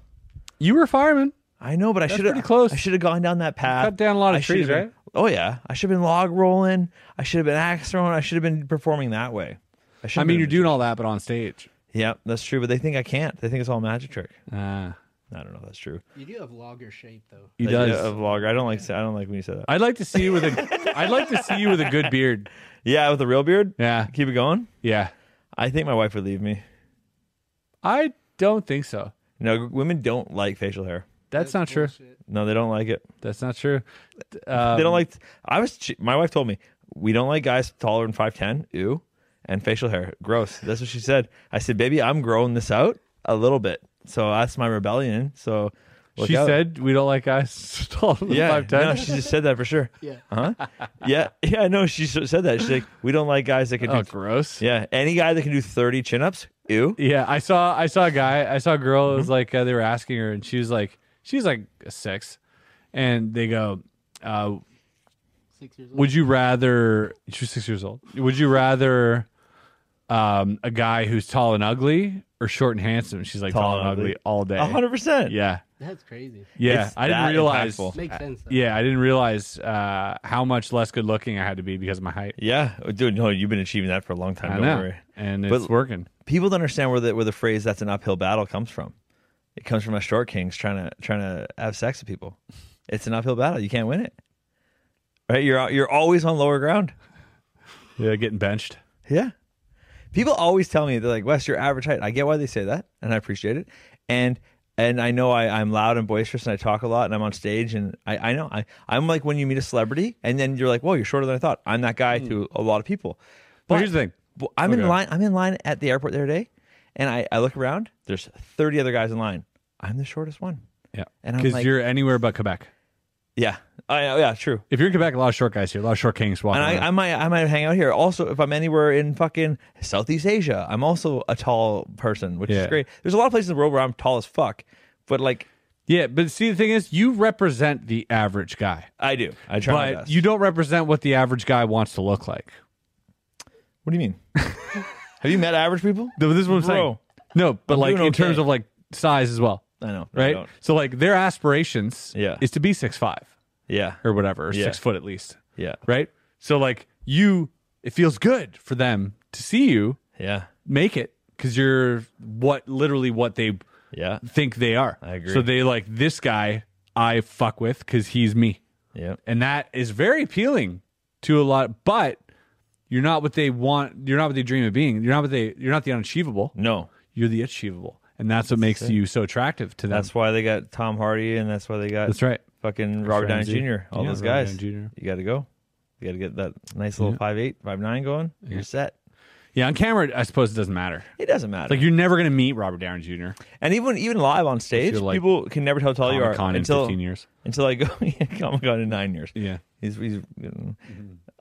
Speaker 1: You were a fireman.
Speaker 2: I know, but I should have
Speaker 1: pretty close.
Speaker 2: I should have gone down that path.
Speaker 1: cut down a lot of
Speaker 2: I
Speaker 1: trees,
Speaker 2: should've been-
Speaker 1: right?
Speaker 2: Oh yeah. I should have been log rolling. I should have been axe throwing. I should have been performing that way. I,
Speaker 1: I
Speaker 2: should've
Speaker 1: mean,
Speaker 2: been-
Speaker 1: you're doing all that, but on stage.
Speaker 2: Yeah, that's true. But they think I can't. They think it's all a magic trick.
Speaker 1: Ah,
Speaker 2: I don't know. if That's true.
Speaker 4: You do have logger shape though.
Speaker 1: he
Speaker 2: The idea
Speaker 1: does.
Speaker 2: of logger. I don't like. I don't like when you say that.
Speaker 1: I'd like to see you with a. I'd like to see you with a good beard.
Speaker 2: Yeah, with a real beard.
Speaker 1: Yeah,
Speaker 2: Keep it going.
Speaker 1: yeah.
Speaker 2: I think my wife would leave me.
Speaker 1: I don't think so.
Speaker 2: No, women don't like facial hair.
Speaker 1: That's not true.
Speaker 4: Bullshit.
Speaker 2: No, they don't like it.
Speaker 1: That's not true. Um,
Speaker 2: they don't like. I was. che- My wife told me we don't like guys taller than five ten. Ew, and facial hair, gross. That's what she said. I said, baby, I'm growing this out a little bit, so that's my rebellion. So look
Speaker 1: She
Speaker 2: out."
Speaker 1: said we don't like guys taller than
Speaker 2: yeah,
Speaker 1: five ten.
Speaker 2: no, she just said that for sure.
Speaker 4: Yeah.
Speaker 2: Huh? Yeah, yeah, no, she s- said that. She's like, we don't like guys that can
Speaker 1: oh,
Speaker 2: do.
Speaker 1: gross.
Speaker 2: Yeah, any guy that can do thirty chin ups. Ew.
Speaker 1: Yeah, I saw I saw a guy, I saw a girl. It was
Speaker 2: Mm-hmm.
Speaker 1: like uh, they were asking her, and she was like, she was like a six, and they go, uh,
Speaker 4: Six years old.
Speaker 1: "Would you rather?" She was six years old. Would you rather um, a guy who's tall and ugly or short and handsome? And she's like tall, and ugly. all day.
Speaker 2: A hundred percent.
Speaker 1: Yeah,
Speaker 4: That's crazy.
Speaker 1: yeah.
Speaker 2: It's
Speaker 1: I didn't
Speaker 2: that
Speaker 1: realize.
Speaker 2: impactful.
Speaker 4: Makes sense. Though.
Speaker 1: Yeah, I didn't realize uh, how much less good looking I had to be because of my height.
Speaker 2: Yeah, dude. No, you've been achieving that for a long time.
Speaker 1: I
Speaker 2: don't
Speaker 1: know,
Speaker 2: worry.
Speaker 1: and
Speaker 2: But-
Speaker 1: it's working.
Speaker 2: people don't understand where the where the phrase "that's an uphill battle" comes from. It comes from us short kings trying to trying to have sex with people. It's an uphill battle. You can't win it. Right? You're you're always on lower ground.
Speaker 1: Yeah, getting benched.
Speaker 2: Yeah. People always tell me they're like, "Wes, your average height." I get why they say that, and I appreciate it. And and I know I, I'm loud and boisterous, and I talk a lot, and I'm on stage, and I, I know I I'm like when you meet a celebrity, and then you're like, "Whoa, you're shorter than I thought." I'm that guy to a lot of people.
Speaker 1: Hmm. But here's the thing.
Speaker 2: Well, I'm in
Speaker 1: Okay.
Speaker 2: line. I'm in line at the airport the other day, and I, I look around. There's 30 other guys in line. I'm the shortest one.
Speaker 1: Yeah,
Speaker 2: And I'm
Speaker 1: because
Speaker 2: like-
Speaker 1: you're anywhere but Quebec.
Speaker 2: Yeah. I, oh, yeah. True.
Speaker 1: If you're in Quebec, a lot of short guys here, a lot of short kings walking.
Speaker 2: And I,
Speaker 1: around.
Speaker 2: I might I might hang out here. Also, if I'm anywhere in fucking Southeast Asia, I'm also a tall person, which
Speaker 1: Yeah.
Speaker 2: is great. There's a lot of places in the world where I'm tall as fuck, but like
Speaker 1: yeah, but see, the thing is, you represent the average guy,
Speaker 2: I do. I try my
Speaker 1: but
Speaker 2: best.
Speaker 1: you don't represent what the average guy wants to look like.
Speaker 2: what do you mean? Have you met average people?
Speaker 1: No, but This is what I'm
Speaker 2: Bro,
Speaker 1: saying. No, but like in
Speaker 2: doing
Speaker 1: terms
Speaker 2: okay.
Speaker 1: of like size as well,
Speaker 2: I know. I
Speaker 1: right?
Speaker 2: don't.
Speaker 1: so like their aspirations,
Speaker 2: Yeah.
Speaker 1: is to be six five
Speaker 2: Yeah.
Speaker 1: or whatever, or
Speaker 2: Yeah.
Speaker 1: six foot at least,
Speaker 2: Yeah.
Speaker 1: right? So like you, it feels good for them to see you
Speaker 2: Yeah.
Speaker 1: make it because you're what literally what they
Speaker 2: Yeah.
Speaker 1: think they are. I
Speaker 2: agree.
Speaker 1: So they like this guy I fuck with because he's me.
Speaker 2: Yeah.
Speaker 1: and that is very appealing to a lot but you're not what they want you're not what they dream of being you're not what they you're not the unachievable
Speaker 2: No.
Speaker 1: you're the achievable and that's what makes you so attractive to them
Speaker 2: That's why they got Tom Hardy, and that's why they got
Speaker 1: That's right
Speaker 2: fucking Robert Downey
Speaker 1: Ramsey.
Speaker 2: Jr. All
Speaker 1: Yeah,
Speaker 2: those
Speaker 1: Robert
Speaker 2: guys.
Speaker 1: Downey Jr..
Speaker 2: You got to go. You got to get that nice little five eight, five nine going. You're set.
Speaker 1: Yeah, on camera, I suppose it doesn't matter.
Speaker 2: It doesn't matter.
Speaker 1: Like you're never going to meet Robert Downey Jr.
Speaker 2: and even even live on stage,
Speaker 1: you're like
Speaker 2: people can never tell, tell Oh, you are
Speaker 1: Comic Con in
Speaker 2: until
Speaker 1: 15 years.
Speaker 2: until I go yeah, Comic Con in nine years.
Speaker 1: Yeah.
Speaker 2: He's, he's you
Speaker 1: Mm-hmm.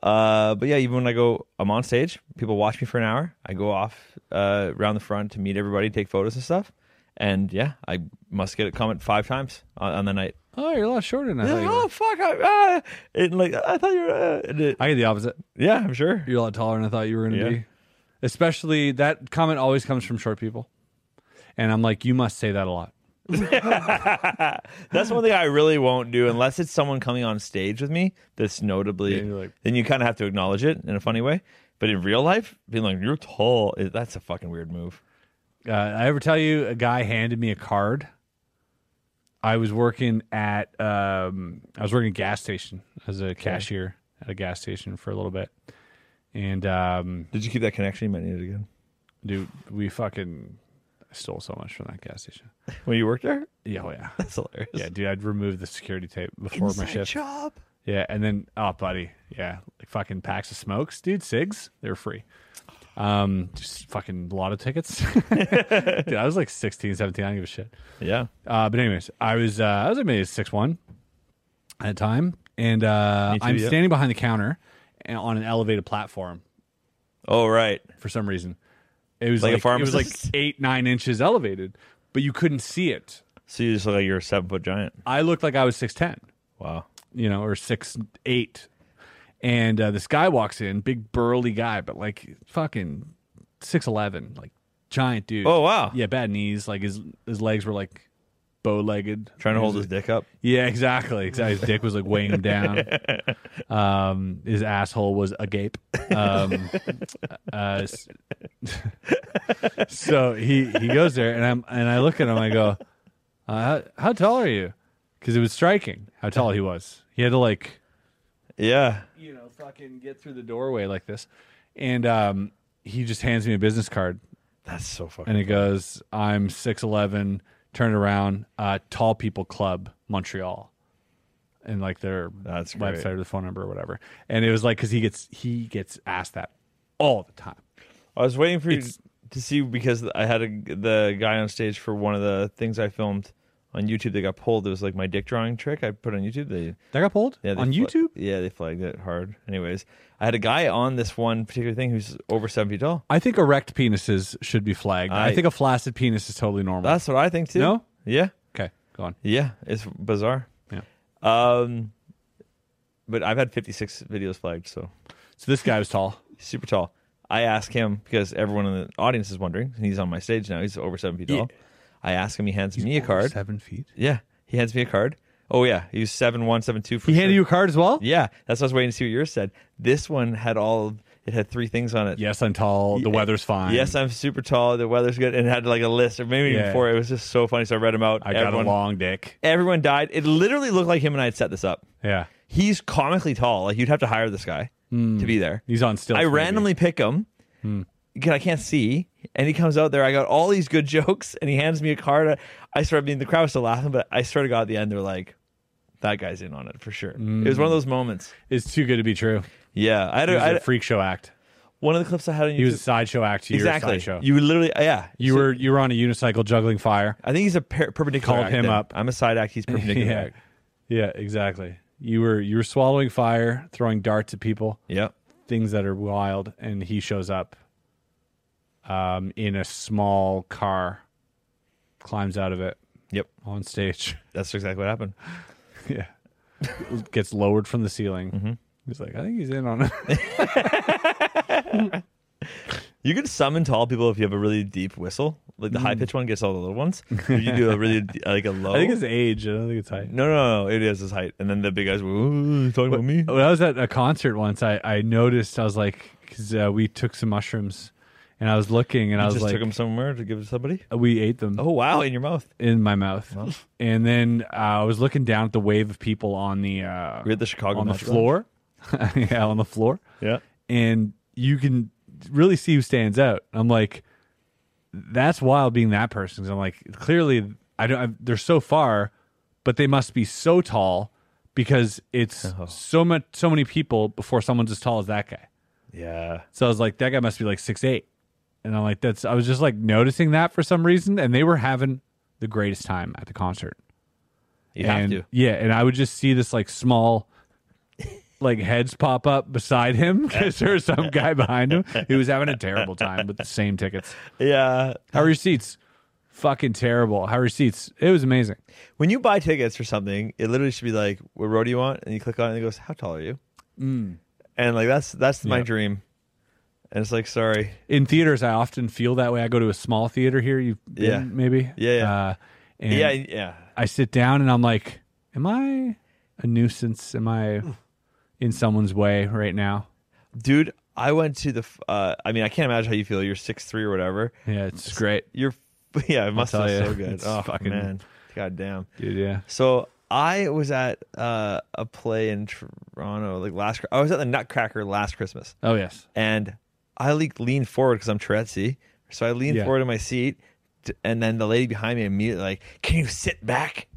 Speaker 2: know. uh, but yeah, even when I go, I'm on stage. People watch me for an hour. I go off uh, around the front to meet everybody, take photos and stuff. And yeah, I must get a comment five times on, on the night.
Speaker 1: Oh, you're a lot shorter than I thought.
Speaker 2: Like,
Speaker 1: you
Speaker 2: oh
Speaker 1: were.
Speaker 2: fuck! I, uh, and like I thought you were. Uh, and it-
Speaker 1: I get the opposite.
Speaker 2: yeah, I'm sure.
Speaker 1: You're a lot taller than I thought you were going to
Speaker 2: Yeah.
Speaker 1: be. Especially that comment always comes from short people, and I'm like, you must say that a lot.
Speaker 2: That's one thing I really won't do unless it's someone coming on stage with me that's notably.
Speaker 1: Yeah, you're like-
Speaker 2: then you kind of have to acknowledge it in a funny way. But in real life, being like you're tall, it- that's a fucking weird move.
Speaker 1: Uh, I ever tell you a guy handed me a card? I was working at um, I was working at a gas station as a cashier at a gas station for a little bit, and um,
Speaker 2: Did you keep that connection? You might need it again.
Speaker 1: dude, we fucking stole so much from that gas station.
Speaker 2: When you worked there,
Speaker 1: Yeah, oh yeah,
Speaker 2: that's hilarious.
Speaker 1: yeah, dude. I'd remove the security tape before my shift.
Speaker 2: job.
Speaker 1: Yeah, and then oh, buddy, yeah, like fucking packs of smokes, dude. Cigs, they were free. Um, just fucking lotto tickets. dude, I was like 16, 17. I don't give a shit.
Speaker 2: Yeah.
Speaker 1: Uh, but anyways, I was uh, I was at maybe six one at a time, and uh,
Speaker 2: Me too,
Speaker 1: I'm
Speaker 2: yeah.
Speaker 1: standing behind the counter and on an elevated platform
Speaker 2: Oh right.
Speaker 1: for some reason. It was
Speaker 2: Like a
Speaker 1: like, it was like
Speaker 2: pharmacist?
Speaker 1: eight nine inches elevated, but you couldn't see it.
Speaker 2: So you just look like you're a seven foot giant.
Speaker 1: I looked like I was six ten,
Speaker 2: Wow.
Speaker 1: you know, or six eight, and uh, this guy walks in, big burly guy, but like fucking six eleven, like giant dude.
Speaker 2: Oh wow.
Speaker 1: yeah, bad knees. Like his his legs were like bow legged,
Speaker 2: Trying to hold his dick up.
Speaker 1: Yeah, exactly. Exactly. His dick was like weighing him down. Um, his asshole was agape. Um, uh, s- so he he goes there, and I'm and I look at him. I go, uh, how, "How tall are you?" Because it was striking how tall he was. He had to like
Speaker 2: Yeah.
Speaker 1: you know fucking get through the doorway like this, and um, he just hands me a business card,
Speaker 2: That's so fucking.
Speaker 1: and it goes, "I'm six eleven. Turn around, uh, Tall People Club, Montreal." And like their
Speaker 2: That's great.
Speaker 1: website or the phone number or whatever, and it was like because he gets he gets asked that all the time.
Speaker 2: I was waiting for you
Speaker 1: It's-
Speaker 2: to see because I had a, the guy on stage for one of the things I filmed on YouTube. They got pulled. It was like my dick drawing trick I put on YouTube. They
Speaker 1: That got pulled
Speaker 2: yeah, they
Speaker 1: on
Speaker 2: fla-
Speaker 1: YouTube.
Speaker 2: Yeah, they flagged it hard. Anyways, I had a guy on this one particular thing who's over seven feet tall.
Speaker 1: I think erect penises should be flagged. I,
Speaker 2: I-
Speaker 1: think a flaccid penis is totally normal.
Speaker 2: That's what I think too.
Speaker 1: No?
Speaker 2: Yeah.
Speaker 1: okay, go on.
Speaker 2: Yeah, it's bizarre.
Speaker 1: Yeah.
Speaker 2: Um, but I've had 56 videos flagged, so
Speaker 1: So this guy was tall.
Speaker 2: super tall. I ask him because everyone in the audience is wondering, and he's on my stage now. He's over seven feet
Speaker 1: Yeah.
Speaker 2: tall. I ask him. He hands me a card.
Speaker 1: seven feet.
Speaker 2: Yeah, he hands me a card. Oh yeah, he was seven one seven two.
Speaker 1: He handed you a card as well.
Speaker 2: Yeah, that's what I was waiting to see what yours said. This one had all. of- It had three things on it.
Speaker 1: Yes, I'm tall. The weather's fine.
Speaker 2: Yes, I'm super tall. The weather's good, and it had like a list, or maybe
Speaker 1: Yeah.
Speaker 2: even four. It was just so funny. So I read them out.
Speaker 1: I got a long dick.
Speaker 2: Everyone died. It literally looked like him and I had set this up.
Speaker 1: Yeah,
Speaker 2: He's comically tall. Like you'd have to hire this guy
Speaker 1: Hmm.
Speaker 2: to be there.
Speaker 1: he's on still.
Speaker 2: I randomly pick him.
Speaker 1: Hmm.
Speaker 2: because I can't see, and he comes out there. I got all these good jokes, and he hands me a card. I, I started being the crowd was still laughing, but I swear to God, at the end they're like, "That guy's in on it for sure." It was one of those moments.
Speaker 1: It's too good to be true.
Speaker 2: Yeah, I had,
Speaker 1: Hmm. He
Speaker 2: a,
Speaker 1: was
Speaker 2: I
Speaker 1: a
Speaker 2: had a-
Speaker 1: freak show act.
Speaker 2: one of the clips I had on YouTube.
Speaker 1: He was a sideshow act to
Speaker 2: exactly.
Speaker 1: your sideshow. You,
Speaker 2: You literally, uh, yeah. So
Speaker 1: were you were on a unicycle juggling fire.
Speaker 2: I think he's a per- perpendicular.
Speaker 1: Called
Speaker 2: act
Speaker 1: him
Speaker 2: then.
Speaker 1: up.
Speaker 2: I'm a side act. He's perpendicular. act.
Speaker 1: yeah, exactly. You were you were swallowing fire, throwing darts at people,
Speaker 2: Yep.
Speaker 1: things that are wild, and he shows up, um, in a small car, climbs out of it
Speaker 2: Yep.
Speaker 1: on stage.
Speaker 2: That's exactly what happened.
Speaker 1: yeah, gets lowered from the ceiling. He's like, I think he's in on it.
Speaker 2: You can summon tall people if you have a really deep whistle. Like the high pitched one gets all the little ones. If you do a really like a low.
Speaker 1: Hmm. I think it's age. I don't think it's height.
Speaker 2: No, no, no. It is his height. And then the big guys, "Ooh, you talking about me?
Speaker 1: when I was at a concert once, I, I noticed I was like, because uh, we took some mushrooms, and I was looking, and I was
Speaker 2: just
Speaker 1: like,
Speaker 2: took him somewhere to give to somebody.
Speaker 1: we ate them
Speaker 2: Oh, wow. In your mouth.
Speaker 1: in my mouth, and then uh, I was looking down at the wave of people on the uh,
Speaker 2: We had the Chicago
Speaker 1: on the
Speaker 2: Metro.
Speaker 1: floor, yeah, on the floor,
Speaker 2: Yeah.
Speaker 1: and you can really see who stands out. I'm like, that's wild being that person. 'Cause I'm like, clearly, I don't. i they're so far, but they must be so Oh. tall because it's so much, so many people before someone's as tall as that guy.
Speaker 2: Yeah.
Speaker 1: So I was like, that guy must be like six eight. And I'm like, that's I was just like noticing that for some reason. And they were having the greatest time at the concert.
Speaker 2: You
Speaker 1: and,
Speaker 2: have to.
Speaker 1: Yeah, and I would just see this like small like heads pop up beside him because there was some guy behind him who was having a terrible time with the same tickets.
Speaker 2: Yeah.
Speaker 1: How are your seats? Fucking terrible. How are your seats? It was amazing.
Speaker 2: When you buy tickets for something, it literally should be like, "What row do you want?" And you click on it, and it goes, "How tall are you?" Mm. And like that's that's my
Speaker 1: Yeah.
Speaker 2: dream. And it's like, sorry,
Speaker 1: In theaters, I often feel that way. I go to a small theater here. You've been,
Speaker 2: Yeah.
Speaker 1: maybe.
Speaker 2: Yeah, yeah.
Speaker 1: Uh, and
Speaker 2: yeah, yeah,
Speaker 1: I sit down and I'm like, am I a nuisance? Am I in someone's way right now?
Speaker 2: dude. I went to the. f- Uh, I mean, I can't imagine how you feel. You're six three or whatever.
Speaker 1: Yeah, it's great,
Speaker 2: You're, yeah, it must
Speaker 1: tell
Speaker 2: feel
Speaker 1: ya,
Speaker 2: so good.
Speaker 1: it's
Speaker 2: Oh
Speaker 1: fucking-
Speaker 2: man, god damn.
Speaker 1: dude. Yeah.
Speaker 2: So I was at uh, a play in Toronto like last. Cri- I was at the Nutcracker last Christmas,
Speaker 1: Oh yes.
Speaker 2: and I like leaned forward because I'm Tourette'sy. So I leaned
Speaker 1: Yeah.
Speaker 2: forward in my seat, t- and then the lady behind me immediately like, "Can you sit back?"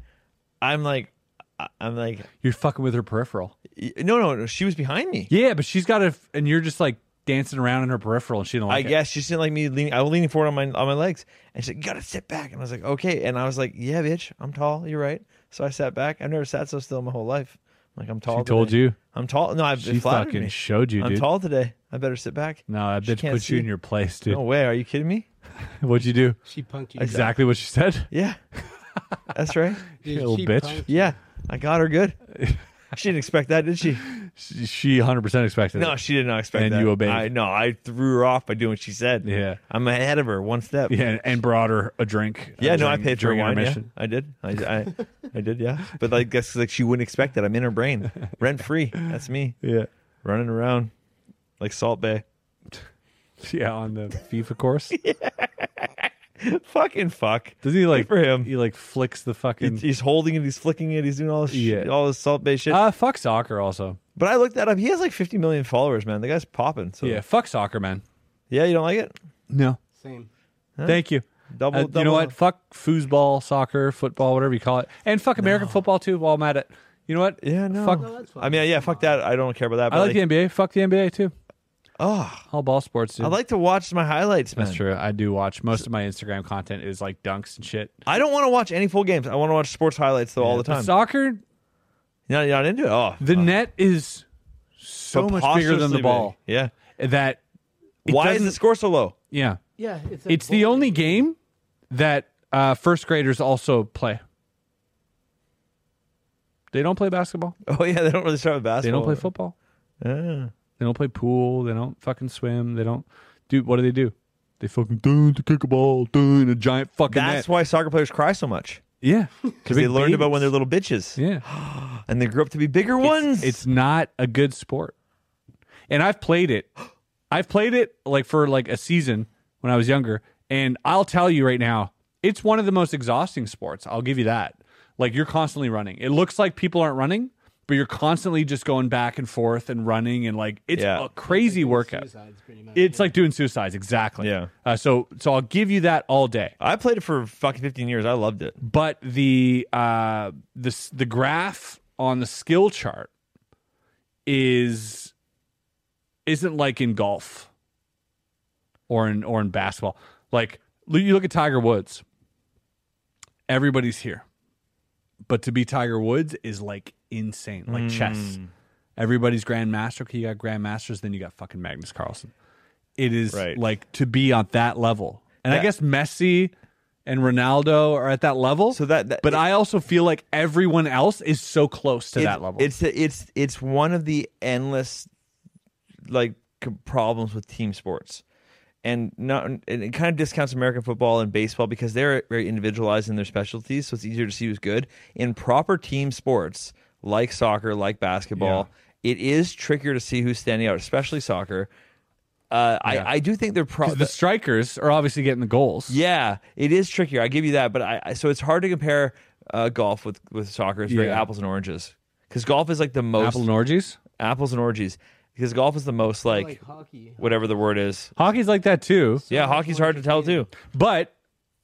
Speaker 2: I'm like, I- I'm like,
Speaker 1: You're fucking with her peripheral.
Speaker 2: "Y- no, no, no. She was behind me.
Speaker 1: Yeah, but she's got a, f- and you're just like dancing around in her peripheral, and she don't
Speaker 2: I
Speaker 1: like it.
Speaker 2: guess she just didn't like me leaning. I was leaning forward on my on my legs, and she's like, "You gotta sit back." And I was like, "Okay." And I was like, "Yeah, bitch, I'm tall. You're right." So I sat back. I've never sat so still in my whole life. I'm like, I'm tall.
Speaker 1: She told
Speaker 2: today.
Speaker 1: you?
Speaker 2: I'm tall. No, I've
Speaker 1: She
Speaker 2: flattered
Speaker 1: fucking
Speaker 2: me.
Speaker 1: showed you,
Speaker 2: I'm
Speaker 1: dude.
Speaker 2: tall today. I better sit back.
Speaker 1: No, that
Speaker 2: She
Speaker 1: bitch
Speaker 2: can't
Speaker 1: puts you
Speaker 2: see.
Speaker 1: in your place, dude.
Speaker 2: No way. Are you kidding me?
Speaker 1: What'd you do?
Speaker 4: She punked you.
Speaker 1: Exactly what she said.
Speaker 2: Yeah, that's right.
Speaker 4: Dude,
Speaker 1: little
Speaker 4: she
Speaker 1: bitch.
Speaker 4: punked you.
Speaker 2: Yeah, I got her good. She didn't expect that, did she?
Speaker 1: She- She 100 percent expected.
Speaker 2: No,
Speaker 1: it.
Speaker 2: she did not expect
Speaker 1: And
Speaker 2: that.
Speaker 1: you obeyed.
Speaker 2: I no, I threw her off by doing what she said.
Speaker 1: Yeah.
Speaker 2: I'm ahead of her one step.
Speaker 1: yeah, and, and brought her a drink. uh,
Speaker 2: Yeah, no, I
Speaker 1: during-
Speaker 2: paid for
Speaker 1: during
Speaker 2: wine. Yeah,
Speaker 1: intermission.
Speaker 2: I did. I, I, I did. Yeah, but like, guess like she wouldn't expect that. I'm in her brain, rent free. That's me
Speaker 1: Yeah,
Speaker 2: running around like Salt Bay.
Speaker 1: yeah, on the FIFA course.
Speaker 2: Fucking fuck.
Speaker 1: Does he like
Speaker 2: for him.
Speaker 1: He like flicks the fucking.
Speaker 2: He's, he's holding it. He's flicking it. He's doing all this.
Speaker 1: Yeah.
Speaker 2: Shit, all this Salt Bay shit.
Speaker 1: Uh, fuck soccer also.
Speaker 2: but I looked that up. He has like 50 million followers, man. The guy's popping. So
Speaker 1: Yeah, fuck soccer, man.
Speaker 2: yeah. You don't like it?
Speaker 1: No,
Speaker 4: Same.
Speaker 1: thank you.
Speaker 2: Double-
Speaker 1: Uh, You know
Speaker 2: double-
Speaker 1: what? Fuck foosball, soccer, football, whatever you call it, and fuck American football too. While I'm at it, you know what?
Speaker 2: Yeah, no.
Speaker 1: Fuck.
Speaker 4: No, that's fine.
Speaker 2: I mean, yeah. Fuck that. I don't care about that. But
Speaker 1: I like the NBA. Fuck the NBA too.
Speaker 2: Oh,
Speaker 1: All ball sports. Dude.
Speaker 2: I like to watch my highlights, man.
Speaker 1: That's true. I do watch most of my Instagram content is like dunks and shit
Speaker 2: I don't want to watch any full games. I want to watch sports highlights though all the
Speaker 1: But
Speaker 2: time.
Speaker 1: Soccer,
Speaker 2: You're not, you're not into it. Oh,
Speaker 1: the net is so much bigger than the
Speaker 2: preposterously
Speaker 1: ball
Speaker 2: big. Yeah.
Speaker 1: that. it
Speaker 2: Why is
Speaker 1: doesn't-
Speaker 2: the score so low?
Speaker 1: Yeah,
Speaker 4: Yeah, it's. a
Speaker 1: it's the
Speaker 4: bowl.
Speaker 1: only game that uh, first graders also play. They don't play basketball.
Speaker 2: Oh yeah, they don't really start with
Speaker 1: They
Speaker 2: basketball.
Speaker 1: don't play football.
Speaker 2: Ah.
Speaker 1: They don't play pool. They don't fucking swim. They don't do. What do they do? They fucking do to kick a ball, do in a giant fucking.
Speaker 2: That's
Speaker 1: net.
Speaker 2: why soccer players cry so much
Speaker 1: Yeah,
Speaker 2: because they learned about when they're little bitches
Speaker 1: Yeah,
Speaker 2: and they grew up to be bigger ones.
Speaker 1: it's not a good sport. And I've played it. I've played it like for like a season when I was younger, and I'll tell you right now, it's one of the most exhausting sports. I'll give you that. Like you're constantly running. It looks like people aren't running, but you're constantly just going back and forth and running and like it's
Speaker 2: Yeah.
Speaker 1: a crazy workout.
Speaker 4: Suicides, pretty much.
Speaker 1: It's like doing suicides, exactly.
Speaker 2: Yeah.
Speaker 1: Uh, so so I'll give you that all day
Speaker 2: I played it for fucking 15 years. I loved it.
Speaker 1: but the uh the s- the graph on the skill chart is isn't like in golf or in or in basketball like l- you look at Tiger Woods everybody's here but to be Tiger Woods is like insane like chess
Speaker 2: Hmm.
Speaker 1: everybody's grandmaster okay you got grandmasters then you got fucking Magnus Carlsen it is
Speaker 2: Right.
Speaker 1: like to be on that level and I
Speaker 2: That-
Speaker 1: guess Messi and Ronaldo are at that level.
Speaker 2: So that- that-
Speaker 1: but
Speaker 2: it-
Speaker 1: I also feel like everyone else is so close to
Speaker 2: It's-
Speaker 1: that level.
Speaker 2: It's the, it's it's one of the endless like c- problems with team sports, and not and it kind of discounts American football and baseball because they're very individualized in their specialties, so it's easier to see who's good. In proper team sports like soccer, like basketball, it is trickier to see who's standing out, especially soccer. Uh, I, I do think they're probably
Speaker 1: the strikers are obviously getting the goals.
Speaker 2: yeah, it is trickier. I give you that, but I, I so it's hard to compare uh, golf with with soccer. It's very
Speaker 1: Yeah.
Speaker 2: apples and oranges because golf is like the most
Speaker 1: Apple and orgies.
Speaker 2: apples and orgies because golf is the most
Speaker 4: I
Speaker 2: like,
Speaker 4: like hockey.
Speaker 2: whatever the word is.
Speaker 1: Hockey's like that too.
Speaker 2: yeah, hockey's hard to tell too.
Speaker 1: But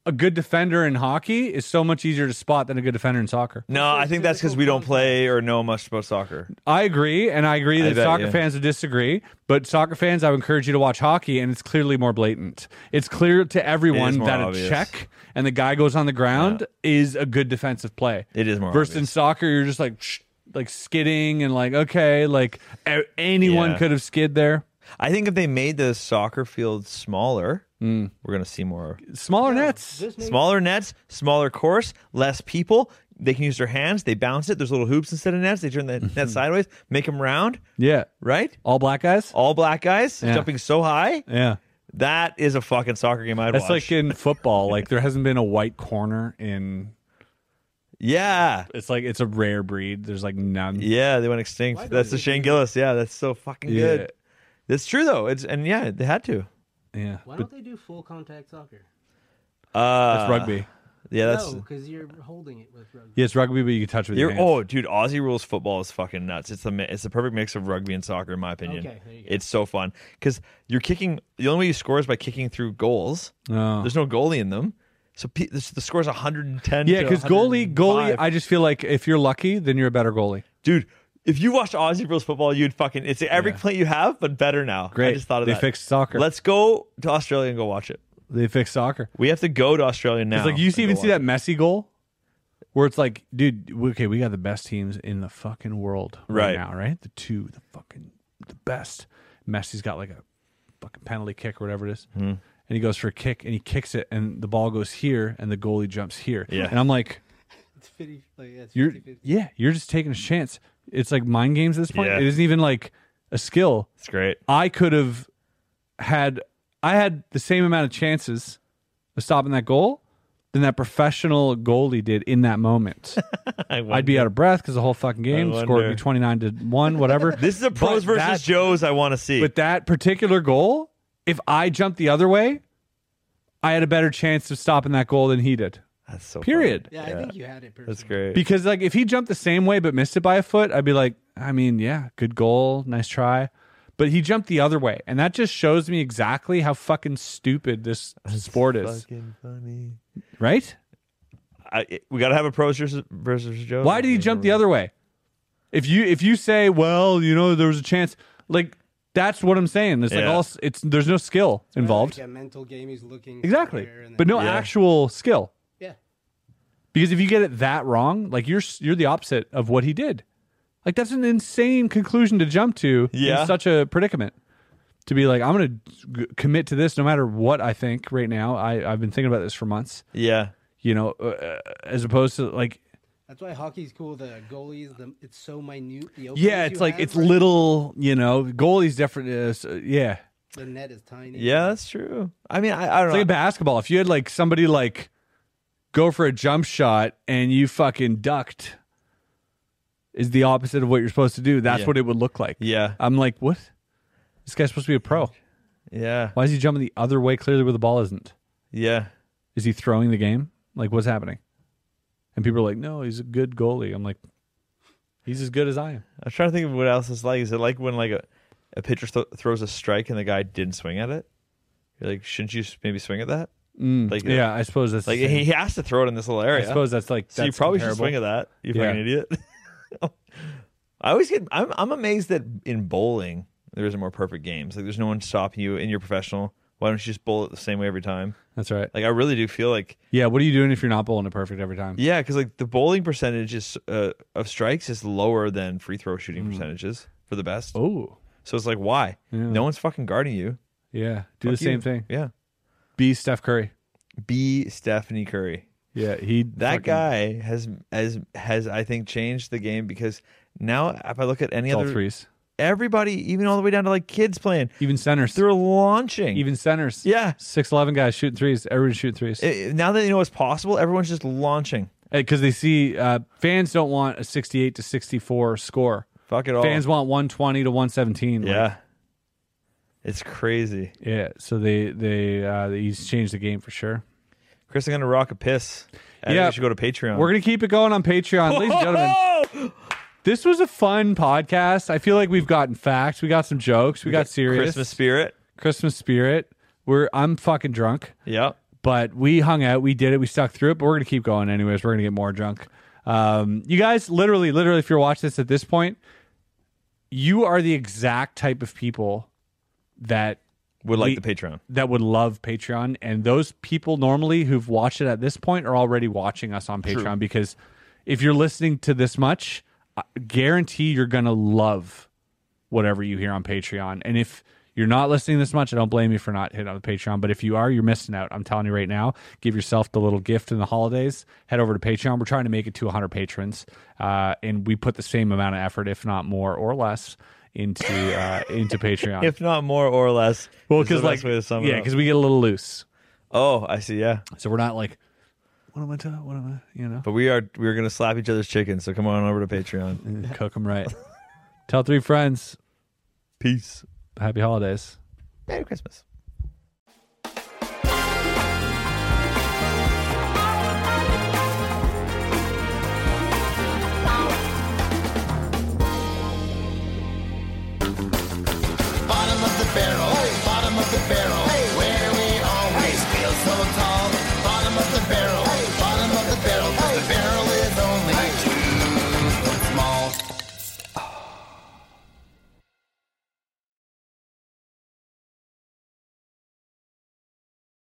Speaker 1: a good defender in hockey is so much easier to spot than a good defender in soccer.
Speaker 2: No, I think that's because we don't play or know much about soccer.
Speaker 1: I agree, and I agree that
Speaker 2: bet,
Speaker 1: soccer
Speaker 2: yeah.
Speaker 1: fans would disagree. But soccer fans, I would encourage you to watch hockey, and it's clearly more blatant. It's clear to everyone
Speaker 2: more
Speaker 1: that
Speaker 2: obvious.
Speaker 1: a check and the guy goes on the ground is a good defensive play.
Speaker 2: It is more
Speaker 1: versus in
Speaker 2: obvious.
Speaker 1: soccer, you're just like shh, like skidding and like okay, like a- anyone
Speaker 2: Yeah.
Speaker 1: could have skid there.
Speaker 2: I think if they made the soccer field smaller,
Speaker 1: Hmm.
Speaker 2: we're gonna see more
Speaker 1: Smaller nets.
Speaker 4: This makes
Speaker 2: smaller nets, smaller course, less people. They can use their hands. They bounce it. There's little hoops instead of nets. They turn the net sideways, make them round.
Speaker 1: Yeah,
Speaker 2: Right?
Speaker 1: all black guys.
Speaker 2: All black guys
Speaker 1: Yeah.
Speaker 2: jumping so high.
Speaker 1: Yeah.
Speaker 2: That is a fucking soccer game I'd
Speaker 1: That's
Speaker 2: watch.
Speaker 1: like in football. Like there hasn't been a white corner in.
Speaker 2: yeah,
Speaker 1: It's like it's a rare breed. There's like none.
Speaker 2: yeah. They went extinct.
Speaker 4: Why don't
Speaker 2: That's the
Speaker 4: they
Speaker 2: Shane
Speaker 4: do
Speaker 2: Gillis. Yeah, that's so fucking
Speaker 1: Yeah.
Speaker 2: good. That's true though. It's and yeah, they had to.
Speaker 1: Yeah.
Speaker 4: Why
Speaker 1: But
Speaker 4: don't they do full contact soccer?
Speaker 2: Uh,
Speaker 1: that's rugby.
Speaker 2: Yeah, that's
Speaker 4: no, because you're holding it with rugby.
Speaker 1: Yeah, it's rugby, but you can touch with
Speaker 2: You're,
Speaker 1: your hands.
Speaker 2: oh, dude, Aussie rules football is fucking nuts. It's the mi- it's the perfect mix of rugby and soccer, in my opinion.
Speaker 4: Okay, there you go.
Speaker 2: It's so fun because you're kicking. The only way you score is by kicking through goals.
Speaker 1: Oh.
Speaker 2: There's no goalie in them, so pe- this, the score is 110.
Speaker 1: Yeah,
Speaker 2: because
Speaker 1: because goalie, goalie. I just feel like if you're lucky, then you're a better goalie.
Speaker 2: dude, if you watched Aussie rules football, you'd fucking. It's every play you have, but better now. I
Speaker 1: Great.
Speaker 2: just thought of
Speaker 1: They
Speaker 2: that.
Speaker 1: fixed soccer.
Speaker 2: Let's go to Australia and go watch it.
Speaker 1: They fixed soccer.
Speaker 2: We have to go to Australia now.
Speaker 1: It's like you
Speaker 2: and
Speaker 1: see,
Speaker 2: go
Speaker 1: even see
Speaker 2: watch
Speaker 1: that Messi goal, where it's like, dude, w- okay, we got the best teams in the fucking world right,
Speaker 2: Right.
Speaker 1: now, right? The two, the fucking, the best. Messi's got like a fucking penalty kick or whatever it is.
Speaker 2: Hmm.
Speaker 1: and he goes for a kick and he kicks it, and the ball goes here, and the goalie jumps here.
Speaker 2: Yeah.
Speaker 1: and I'm like,
Speaker 4: It's 50, like, yeah, it's
Speaker 1: you're
Speaker 4: 50-50.
Speaker 1: yeah, you're just taking a chance. It's like mind games at this point.
Speaker 2: Yeah.
Speaker 1: It isn't even like a skill.
Speaker 2: It's great.
Speaker 1: I could have had I had the same amount of chances of stopping that goal than that professional goalie did in that moment.
Speaker 2: I
Speaker 1: I'd be out of breath because the whole fucking game
Speaker 2: I
Speaker 1: score would
Speaker 2: wonder.
Speaker 1: be twenty nine to one, whatever.
Speaker 2: This is a pros
Speaker 1: But
Speaker 2: versus
Speaker 1: that-
Speaker 2: Joes. I want to see.
Speaker 1: But that particular goal, if I jumped the other way, I had a better chance of stopping that goal than he did.
Speaker 2: that's so. funny.
Speaker 1: Period.
Speaker 4: Yeah, I think you had it personally.
Speaker 2: That's great.
Speaker 1: Because like if he jumped the same way but missed it by a foot, I'd be like, I mean, yeah, good goal, nice try. But he jumped the other way, and that just shows me exactly how fucking stupid this sport is,
Speaker 2: Fucking funny.
Speaker 1: right?
Speaker 2: I, it- we gotta have a pros versus, versus Joe.
Speaker 1: Why did he jump the other way? If you if you say, well, you know, there was a chance, like that's what I'm saying. It's like
Speaker 2: Yeah.
Speaker 1: all s- it's there's no skill involved,
Speaker 4: Like a mental game. He's looking
Speaker 1: exactly,
Speaker 4: here and
Speaker 1: but
Speaker 4: then-
Speaker 1: no
Speaker 2: Yeah.
Speaker 1: actual skill.
Speaker 4: Yeah,
Speaker 1: Because if you get it that wrong, like you're s- you're the opposite of what he did. Like that's an insane conclusion to jump to
Speaker 2: Yeah.
Speaker 1: in such a predicament. To be like, I'm going to commit to this no matter what I think right now. I, I've been thinking about this for months,
Speaker 2: Yeah,
Speaker 1: you know, uh, as opposed to like,
Speaker 4: that's why hockey's cool. The goalies, the, it's so minute. The openings
Speaker 1: yeah, it's
Speaker 4: you
Speaker 1: like,
Speaker 4: have,
Speaker 1: it's
Speaker 4: right?
Speaker 1: little, you know, goalie's different. Uh, so- yeah.
Speaker 4: The net is tiny.
Speaker 2: yeah, that's true. I mean, I, I
Speaker 1: It's like
Speaker 2: don't know.
Speaker 1: basketball. If you had like somebody like go for a jump shot and you fucking ducked, is the opposite of what you're supposed to do. That's
Speaker 2: Yeah.
Speaker 1: what it would look like.
Speaker 2: Yeah,
Speaker 1: I'm like, what? This guy's supposed to be a pro.
Speaker 2: yeah,
Speaker 1: Why is he jumping the other way clearly where the ball isn't?
Speaker 2: yeah.
Speaker 1: Is he throwing the game? Like, what's happening? And people are like, no, he's a good goalie. I'm like, he's as good as I am.
Speaker 2: I'm trying to think of what else it's like. Is it like when like a a pitcher th- throws a strike and the guy didn't swing at it? You're like, shouldn't you s- maybe swing at that? like,
Speaker 1: Mm, Yeah, I suppose that's
Speaker 2: like
Speaker 1: the same.
Speaker 2: he has to throw it in this little
Speaker 1: I
Speaker 2: area.
Speaker 1: suppose that's like
Speaker 2: so
Speaker 1: that's
Speaker 2: you probably should
Speaker 1: comparable.
Speaker 2: swing at that. You
Speaker 1: Yeah.
Speaker 2: fucking idiot. I always get. I'm I'm amazed that in bowling there isn't more perfect games. Like there's no one stopping you, and you're professional. Why don't you just bowl it the same way every time?
Speaker 1: That's right.
Speaker 2: Like I really do feel like
Speaker 1: Yeah, what are you doing if you're not bowling it perfect every time?
Speaker 2: yeah, because like the bowling percentage is, uh, of strikes is lower than free throw
Speaker 1: Mm.
Speaker 2: shooting percentages for the best.
Speaker 1: Oh,
Speaker 2: So it's like why
Speaker 1: Yeah.
Speaker 2: no one's fucking guarding you.
Speaker 1: yeah. Do
Speaker 2: Fuck
Speaker 1: the same
Speaker 2: you.
Speaker 1: thing.
Speaker 2: Yeah,
Speaker 1: Be Steph Curry.
Speaker 2: be Stephanie Curry.
Speaker 1: Yeah, he
Speaker 2: That
Speaker 1: fucking
Speaker 2: guy has has has I think changed the game because now if I look at any
Speaker 1: hits all
Speaker 2: other
Speaker 1: threes,
Speaker 2: everybody even all the way down to like kids playing
Speaker 1: even centers,
Speaker 2: they're launching
Speaker 1: even centers.
Speaker 2: yeah.
Speaker 1: six eleven guys shooting threes. Everyone's shooting threes.
Speaker 2: I- I- now that you know it's possible, everyone's just launching.
Speaker 1: because they see uh, fans don't want a 68 to 64 score.
Speaker 2: Fuck it all.
Speaker 1: Fans want 120 to 117. like-
Speaker 2: yeah, it's crazy.
Speaker 1: yeah. So they they uh, he's changed the game for sure.
Speaker 2: Chris, I'm gonna rock a piss. I think
Speaker 1: Yeah.
Speaker 2: we should go to Patreon.
Speaker 1: We're gonna keep it going on Patreon, ladies and gentlemen. This was a fun podcast. I feel like we've gotten facts, we got some jokes, we, got, serious
Speaker 2: Christmas spirit.
Speaker 1: Christmas spirit. We're I'm fucking drunk,
Speaker 2: Yep.
Speaker 1: But we hung out, we did it, we stuck through it, but we're gonna keep going anyways. We're gonna get more drunk. Um, you guys, literally, literally, if you're watching this at this point, you are the exact type of people that
Speaker 2: Would like
Speaker 1: We-
Speaker 2: the Patreon.
Speaker 1: that would love Patreon. And those people normally who've watched it at this point are already watching us on Patreon because if you're listening to this much, I guarantee you're going to love whatever you hear on Patreon. And if you're not listening this much, I don't blame you for not hitting on the Patreon. But if you are, you're missing out. I'm telling you right now, give yourself the little gift in the holidays. Head over to Patreon. We're trying to make it to 100 patrons. Uh, and we put the same amount of effort, if not more or less, into uh, into Patreon.
Speaker 2: If not more or less.
Speaker 1: Well,
Speaker 2: is the
Speaker 1: because
Speaker 2: best
Speaker 1: like,
Speaker 2: way to sum it
Speaker 1: yeah,
Speaker 2: up.
Speaker 1: because we get a little loose,
Speaker 2: oh, I see. Yeah,
Speaker 1: so we're not like, what am I doing? What am I? You know,
Speaker 2: but we are we are gonna slap each other's chickens. So come on over to Patreon.
Speaker 1: cook them right. Tell three friends.
Speaker 2: Peace.
Speaker 1: Happy holidays.
Speaker 2: Merry Christmas.